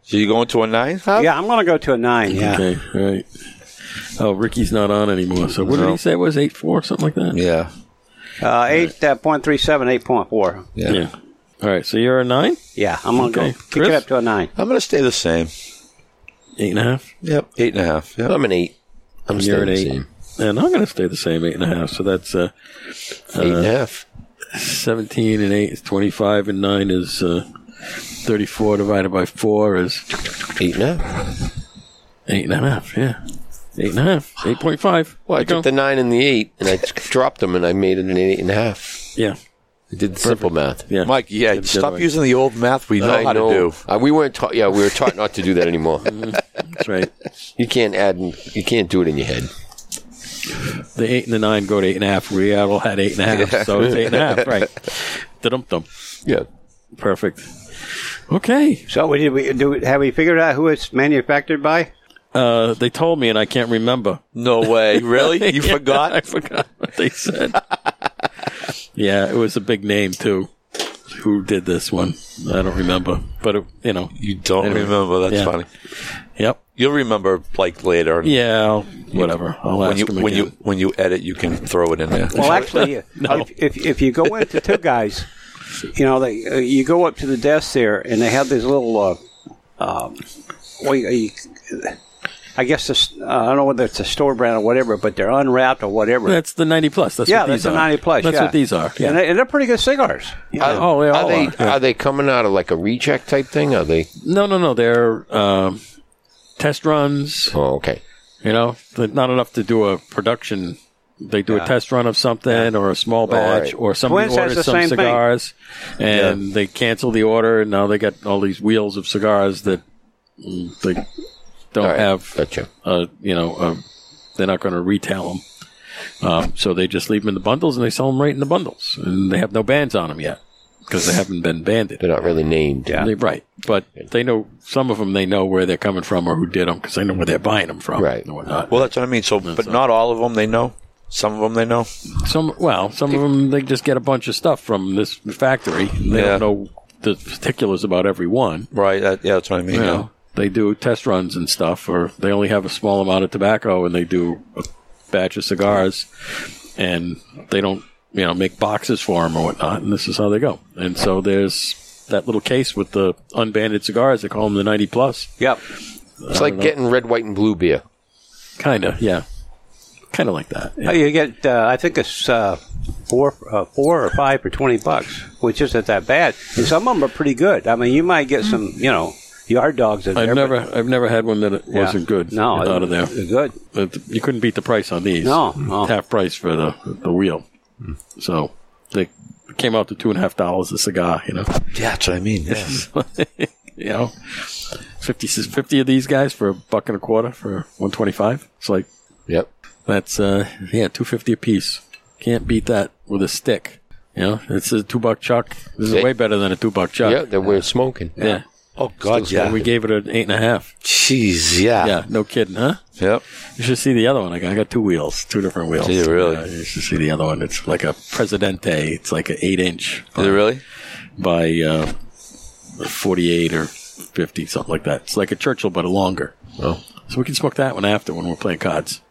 Speaker 2: So you going to a nine? Huh?
Speaker 3: yeah, I'm going to go to a nine. Yeah.
Speaker 1: Okay. All right. Oh, Ricky's not on anymore. So what did
Speaker 2: No.
Speaker 1: he say? It was eight four something like that?
Speaker 2: Yeah.
Speaker 3: Uh, eight uh, point three seven, eight point four.
Speaker 2: Yeah.
Speaker 1: Yeah. All right. So you're a nine,
Speaker 3: Yeah, I'm gonna
Speaker 1: Okay.
Speaker 3: go kick it
Speaker 1: Chris?
Speaker 3: up to a nine.
Speaker 2: I'm gonna stay the same.
Speaker 1: eight and a half.
Speaker 2: Yep. Eight and a half. Oh, Yep.
Speaker 6: I'm an eight. I'm
Speaker 1: You're
Speaker 6: staying
Speaker 1: at
Speaker 6: the
Speaker 1: eight,
Speaker 6: same.
Speaker 1: and I'm going to stay the same eight and a half. So that's uh,
Speaker 6: Eight and a half.
Speaker 1: seventeen and eight is twenty-five, and nine is uh, thirty-four divided by four is
Speaker 6: Eight and a half.
Speaker 1: eight and a half. Yeah, eight and a half, eight point five.
Speaker 6: Well, I took the nine and the eight, and I [LAUGHS] dropped them, and I made it an eight and a half.
Speaker 1: yeah,
Speaker 6: I did the simple math.
Speaker 1: yeah.
Speaker 2: Mike, yeah,
Speaker 1: It's the other
Speaker 2: stop
Speaker 1: way.
Speaker 2: using the old math we know
Speaker 6: I
Speaker 2: how
Speaker 6: know.
Speaker 2: to do.
Speaker 6: Uh, we weren't taught. Yeah, we were taught not to do that anymore.
Speaker 1: That's right.
Speaker 6: you can't add. and- You can't do it in your head.
Speaker 1: The eight and the nine go to eight and a half. We all had eight and a
Speaker 6: [LAUGHS]
Speaker 1: half, so it's eight and a half. Right. Dum dum.
Speaker 6: Yeah.
Speaker 1: Perfect. Okay.
Speaker 3: So we did we do? we- Have we figured out who it's manufactured by?
Speaker 1: Uh, they told me, and I can't remember.
Speaker 2: No way. [LAUGHS] Really? You
Speaker 1: Yeah, I
Speaker 2: forgot?
Speaker 1: forgot what they said. [LAUGHS] yeah, it was a big name too. Who did this one? I don't remember, but it, you know,
Speaker 2: You don't
Speaker 1: Anyway.
Speaker 2: remember. That's
Speaker 1: Yeah.
Speaker 2: funny.
Speaker 1: yep,
Speaker 2: You'll remember like later.
Speaker 1: yeah, I'll, whatever. I'll
Speaker 2: When
Speaker 1: ask
Speaker 2: you
Speaker 1: him
Speaker 2: when you
Speaker 1: again.
Speaker 2: when you edit, you can throw it in [LAUGHS] there.
Speaker 1: [LAUGHS]
Speaker 3: Well, actually, if, if if you go into two guys, you know, they, uh, you go up to the desk there, and they have these little. Uh, um, well, you- you- I guess this, uh, I don't know whether it's a store brand or whatever, but they're unwrapped or whatever.
Speaker 1: That's the ninety plus. That's
Speaker 3: yeah,
Speaker 1: what
Speaker 3: that's
Speaker 1: these
Speaker 3: a
Speaker 1: are.
Speaker 3: ninety plus.
Speaker 1: That's
Speaker 3: yeah.
Speaker 1: what these are. Yeah.
Speaker 3: and, they, and they're pretty good cigars. Uh,
Speaker 1: oh, they all
Speaker 6: are they
Speaker 1: are, yeah.
Speaker 6: they coming out of like a reject type thing? Are they?
Speaker 1: no, no, no. They're um, test runs.
Speaker 6: Oh, okay.
Speaker 1: You know, They're not enough to do a production. They do a test run of something or a small
Speaker 6: right.
Speaker 1: batch or somebody
Speaker 3: Twins has
Speaker 1: orders
Speaker 3: the
Speaker 1: some
Speaker 3: same thing.
Speaker 1: cigars and they cancel the order and now they got all these wheels of cigars that mm, they don't
Speaker 6: All right.
Speaker 1: have,
Speaker 6: Gotcha.
Speaker 1: uh, you know, uh, they're not going to retail them. Um, so they just leave them in the bundles and they sell them right in the bundles and they have no bands on them yet because they haven't been banded.
Speaker 6: They're not really named.
Speaker 3: Yeah.
Speaker 1: They- right. But they know some of them. They know where they're coming from or who did them because they know where they're buying them from,
Speaker 6: Right.
Speaker 1: And whatnot.
Speaker 2: Well, that's what I mean. So, but not all of them they know. Some of them they know.
Speaker 1: Some well, some of them they just get a bunch of stuff from this factory. They
Speaker 2: Yeah.
Speaker 1: don't know the particulars about every one.
Speaker 2: Right. That, yeah, that's what I mean.
Speaker 1: You
Speaker 2: yeah.
Speaker 1: know, they do test runs and stuff, or they only have a small amount of tobacco and they do a batch of cigars, and they don't you know make boxes for them or whatnot. And this is how they go. And so there's that little case with the unbanded cigars. They call them the ninety plus.
Speaker 3: Yep.
Speaker 6: It's like getting red, white, and blue beer.
Speaker 1: Kind of, yeah. Kind of like that.
Speaker 3: Oh,
Speaker 1: Yeah.
Speaker 3: You get, uh, I think it's uh, four, uh, four or five for twenty bucks, which isn't that bad. And some of them are pretty good. I mean, you might get some, you know, yard dogs in
Speaker 1: I've
Speaker 3: there.
Speaker 1: never, I've never had one that it
Speaker 3: but-
Speaker 1: wasn't good.
Speaker 3: No,
Speaker 1: out of there.
Speaker 3: they're good.
Speaker 1: But you couldn't beat the price on these.
Speaker 3: No, no.
Speaker 1: half price for the the wheel. So they came out to [LAUGHS] two and a half dollars a cigar. You know,
Speaker 2: Yeah, that's what I mean. Yeah.
Speaker 1: you know. 50, 50 of these guys for a buck and a quarter for 125. It's like,
Speaker 6: Yep.
Speaker 1: that's, uh, yeah, 250 a piece. Can't beat that with a stick. You know, it's a two buck chuck. This is
Speaker 6: Yeah.
Speaker 1: way better than a two buck chuck.
Speaker 6: Yeah, that we're smoking.
Speaker 1: Yeah.
Speaker 2: Oh God,
Speaker 6: Still
Speaker 2: yeah.
Speaker 1: We gave it an eight and a half.
Speaker 2: Jeez, yeah.
Speaker 1: Yeah, no kidding, huh?
Speaker 2: Yep.
Speaker 1: You should see the other one. I got, I got two wheels, two different wheels.
Speaker 2: Do you really?
Speaker 1: Yeah, you should see the other one. It's like a Presidente. It's like an eight inch
Speaker 2: Is it really?
Speaker 1: by uh, 48 or 50, something like that. It's like a Churchill, but a longer.
Speaker 6: Oh.
Speaker 1: So we can smoke that one after when we're playing cards.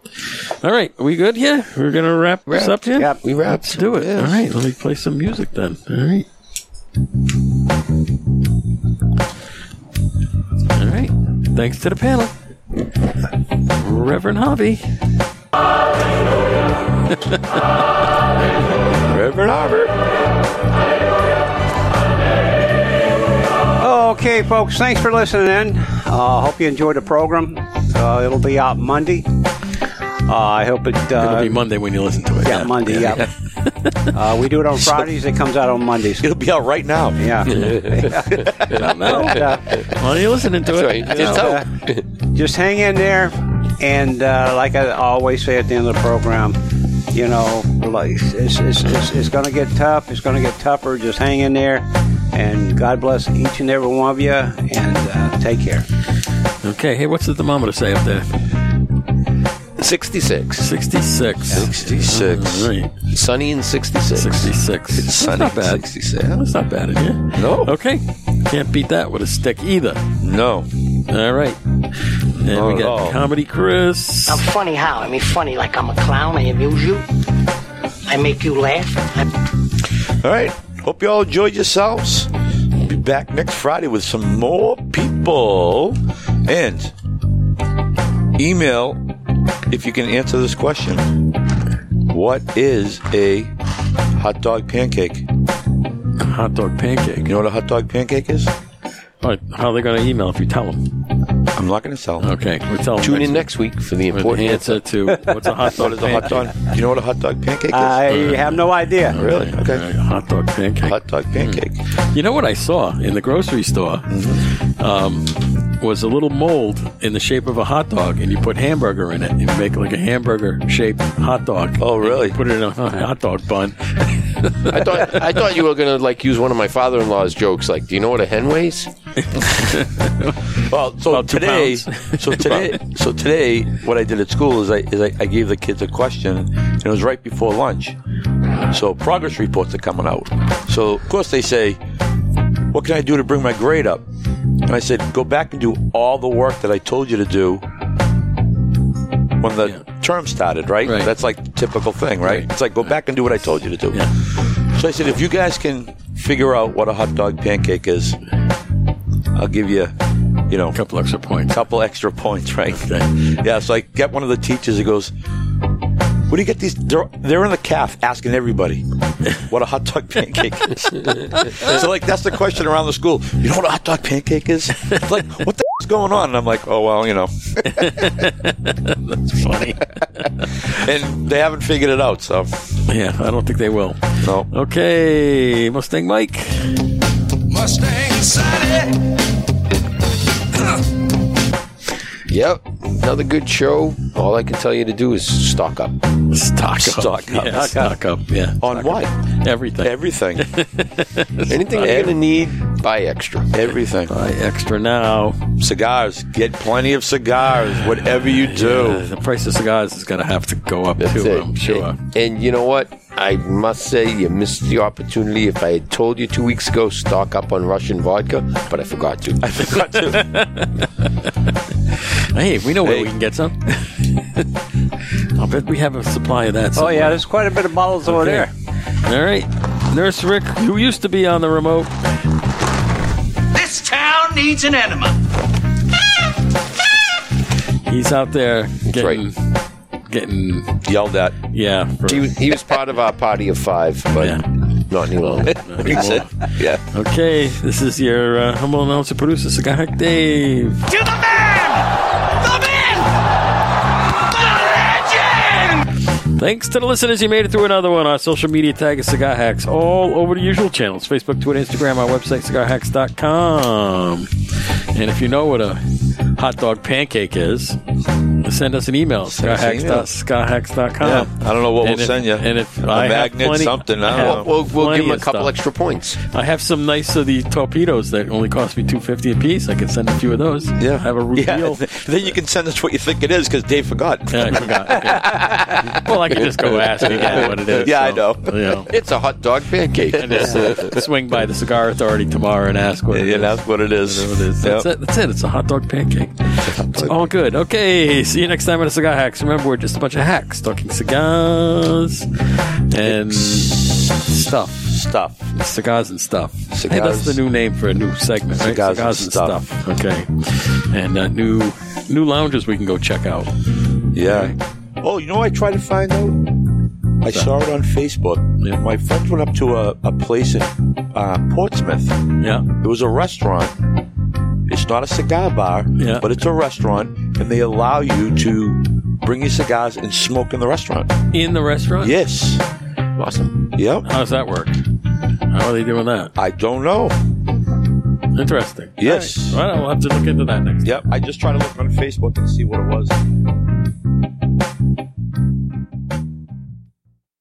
Speaker 1: All right, are we good here? We're going to wrap this up here?
Speaker 3: Yep.
Speaker 6: We wrapped.
Speaker 1: Let's do it. All right, let me play some music then. All right. All right. Thanks to the panel. Reverend Hobby.
Speaker 2: Reverend Harbor.
Speaker 3: Okay, folks, thanks for listening in. Uh, hope you enjoyed the program. Uh, it'll be out Monday. Uh, I hope it. Uh,
Speaker 1: It'll be Monday when you listen to it.
Speaker 3: yeah, Monday. Yeah.
Speaker 1: [LAUGHS]
Speaker 3: uh, we do it on Fridays. It comes out on Mondays.
Speaker 2: It'll be out right now.
Speaker 3: Yeah.
Speaker 1: Monday.
Speaker 2: [LAUGHS]
Speaker 3: Uh,
Speaker 1: Why are you listening to
Speaker 6: That's
Speaker 1: it?
Speaker 6: right.
Speaker 1: You
Speaker 6: It's
Speaker 1: know,
Speaker 6: [LAUGHS] out.
Speaker 3: just hang in there. And uh, like I always say at the end of the program, you know, like, it's, it's, it's, it's going to get tough. It's going to get tougher. Just hang in there. And God bless each and every one of you. And uh, take care.
Speaker 1: Okay, hey, what's the thermometer say up there?
Speaker 6: 66.
Speaker 1: 66.
Speaker 2: 66.
Speaker 1: All right,
Speaker 6: Sunny and 66.
Speaker 1: 66. It's
Speaker 2: sunny
Speaker 1: not bad.
Speaker 2: 66.
Speaker 1: That's not bad, is it?
Speaker 2: No.
Speaker 1: Okay. Can't beat that with a stick either.
Speaker 2: No.
Speaker 1: All right. And
Speaker 2: Not
Speaker 1: we
Speaker 2: at
Speaker 1: got
Speaker 2: all.
Speaker 1: Comedy Chris.
Speaker 4: I'm funny how? I mean, funny like I'm a clown. I amuse you. I make you laugh. I-
Speaker 2: All right. Hope you all enjoyed yourselves. Be back next Friday with some more people. And email if you can answer this question. What is a hot dog pancake? You
Speaker 1: Hot dog pancake.
Speaker 2: know what a hot dog pancake is?
Speaker 1: All right, how are they going to email if you tell them?
Speaker 2: I'm not going to tell.
Speaker 1: Okay, we tell them.
Speaker 6: Tune in next week for the
Speaker 1: week with the
Speaker 6: important answer.
Speaker 1: answer to what's a hot
Speaker 2: [LAUGHS] What
Speaker 1: dog
Speaker 2: is a hot
Speaker 1: pancake?
Speaker 2: dog? You know what a hot dog pancake is?
Speaker 3: I have no idea.
Speaker 2: really?
Speaker 1: All
Speaker 2: Okay.
Speaker 1: right, hot dog pancake.
Speaker 2: Hot dog pancake.
Speaker 1: You know what I saw in the grocery store um, was a little mold in the shape of a hot dog, and you put hamburger in it, and you make like a hamburger-shaped hot dog.
Speaker 2: Oh, really?
Speaker 1: You put it in a hot dog bun.
Speaker 6: I thought I thought you were gonna like use one of my father-in-law's jokes. Like, do you know what a hen weighs?
Speaker 2: Well, so
Speaker 1: About two
Speaker 2: today,
Speaker 1: pounds.
Speaker 2: [LAUGHS] so today, so today, what I did at school is I is I, I gave the kids a question, and it was right before lunch. So progress reports are coming out. So of course they say, "What can I do to bring my grade up?" And I said, "Go back and do all the work that I told you to do when the term started." Right?
Speaker 1: Right.
Speaker 2: That's like typical thing, right?
Speaker 1: Right.
Speaker 2: It's like go back and do what I told you to do.
Speaker 1: Yeah.
Speaker 2: So I said, if you guys can figure out what a hot dog pancake is, I'll give you, you know,
Speaker 1: couple extra points.
Speaker 2: couple extra points, right? Yeah, so I get one of the teachers who goes, Where do you get these? They're, they're in the calf asking
Speaker 1: [LAUGHS]
Speaker 2: everybody what a hot dog pancake is. so, like, that's the question around the school. You know what a hot dog pancake is? It's like, what the is going on? And I'm like, Oh, well, you know.
Speaker 1: Funny.
Speaker 2: And they haven't figured it out, so.
Speaker 1: yeah, I don't think they will.
Speaker 2: No.
Speaker 1: Okay, Mustang Mike.
Speaker 5: Mustang Sally.
Speaker 6: Yep. Another good show. All I can tell you to do is stock up.
Speaker 1: Stock up.
Speaker 2: Stock up. Oh.
Speaker 1: Yeah, stock up. Yeah.
Speaker 2: On what?
Speaker 1: Everything.
Speaker 2: Everything.
Speaker 6: Anything you're gonna need, buy extra.
Speaker 2: Everything.
Speaker 1: Buy extra now.
Speaker 2: Cigars. Get plenty of cigars, whatever you
Speaker 1: Uh,
Speaker 2: do.
Speaker 1: the price of cigars is going to have to go up
Speaker 6: That's
Speaker 1: too,
Speaker 6: it.
Speaker 1: I'm sure.
Speaker 6: And, and you know what? I must say, you missed the opportunity. If I had told you two weeks ago, stock up on Russian vodka, but I forgot to.
Speaker 1: Hey, we know where
Speaker 2: Hey.
Speaker 1: we can get some. [LAUGHS] I'll bet we have a supply of that.
Speaker 3: Oh,
Speaker 1: somewhere.
Speaker 3: yeah, there's quite a bit of bottles over
Speaker 1: Okay.
Speaker 3: there.
Speaker 1: All right. Nurse Rick, who used to be on the remote,
Speaker 5: This town needs an enema.
Speaker 1: he's out there getting,
Speaker 6: right.
Speaker 1: getting,
Speaker 2: Yelled at.
Speaker 1: yeah. for-
Speaker 6: He, was- he was part of our party of five, but
Speaker 1: Yeah.
Speaker 6: not any
Speaker 1: [LAUGHS]
Speaker 6: longer.
Speaker 2: [LAUGHS] Yeah.
Speaker 1: okay, this is your uh, humble announcer, producer, Cigar Hack Dave.
Speaker 5: To the man! The myth! The legend!
Speaker 1: Thanks to the listeners, you made it through another one. Our social media tag is Cigar Hacks all over the usual channels Facebook, Twitter, Instagram, our website, cigarhacks.com. And if you know what a hot dog pancake is, send us an email,
Speaker 2: us an email. Yeah,
Speaker 1: cigarhacks.com.
Speaker 2: I don't know what
Speaker 1: And
Speaker 2: we'll
Speaker 1: if-
Speaker 2: send you.
Speaker 1: and if
Speaker 2: a
Speaker 1: I have
Speaker 2: magnet,
Speaker 1: plenty-
Speaker 2: something.
Speaker 1: I
Speaker 2: I don't
Speaker 1: have-
Speaker 2: know.
Speaker 6: We'll, we'll give
Speaker 1: Plenty
Speaker 6: him a
Speaker 1: of
Speaker 6: couple
Speaker 1: stuff.
Speaker 6: extra points.
Speaker 1: I have some nice of these torpedoes that only cost me two fifty a piece. I can send a few of those.
Speaker 2: Yeah,
Speaker 1: have a root
Speaker 2: yeah.
Speaker 1: deal.
Speaker 2: [LAUGHS] Then you can send us what you think it is because Dave forgot.
Speaker 1: Yeah, I forgot. Okay. well, I can just
Speaker 2: [LAUGHS]
Speaker 1: go ask again what it is.
Speaker 2: Yeah, I
Speaker 1: so,
Speaker 2: know.
Speaker 1: You know.
Speaker 6: It's a hot dog pancake.
Speaker 1: [LAUGHS] And just uh, swing by the cigar authority tomorrow and ask what it
Speaker 2: Yeah,
Speaker 1: is.
Speaker 2: that's what it is.
Speaker 1: Whatever it is. That's
Speaker 2: Yep.
Speaker 1: it. That's it. It's a hot dog pancake. It's all good. Okay. See you next time at a cigar hacks. Remember, we're just a bunch of hacks talking cigars and stuff.
Speaker 2: Stuff.
Speaker 1: Cigars and Stuff. Hey, that's
Speaker 2: Cigars.
Speaker 1: the new name for a new segment, right?
Speaker 2: Cigars and
Speaker 1: Okay. And uh, new new lounges we can go check out.
Speaker 2: Yeah. Oh, you know, what I tried to find out. I saw it on Facebook.
Speaker 1: Yeah.
Speaker 2: My friends went up to a, a place in uh, Portsmouth.
Speaker 1: Yeah.
Speaker 2: It was a restaurant. It's not a cigar bar,
Speaker 1: Yeah.
Speaker 2: but it's a restaurant, and they allow you to bring your cigars and smoke in the restaurant.
Speaker 1: In the restaurant?
Speaker 2: Yes.
Speaker 6: awesome.
Speaker 2: Yep.
Speaker 1: How does that work? How are they doing that?
Speaker 2: I don't know.
Speaker 1: Interesting.
Speaker 2: Yes.
Speaker 1: All right. Well, I'll have to look into that next.
Speaker 2: Yep. I just tried to look on Facebook and see what it was.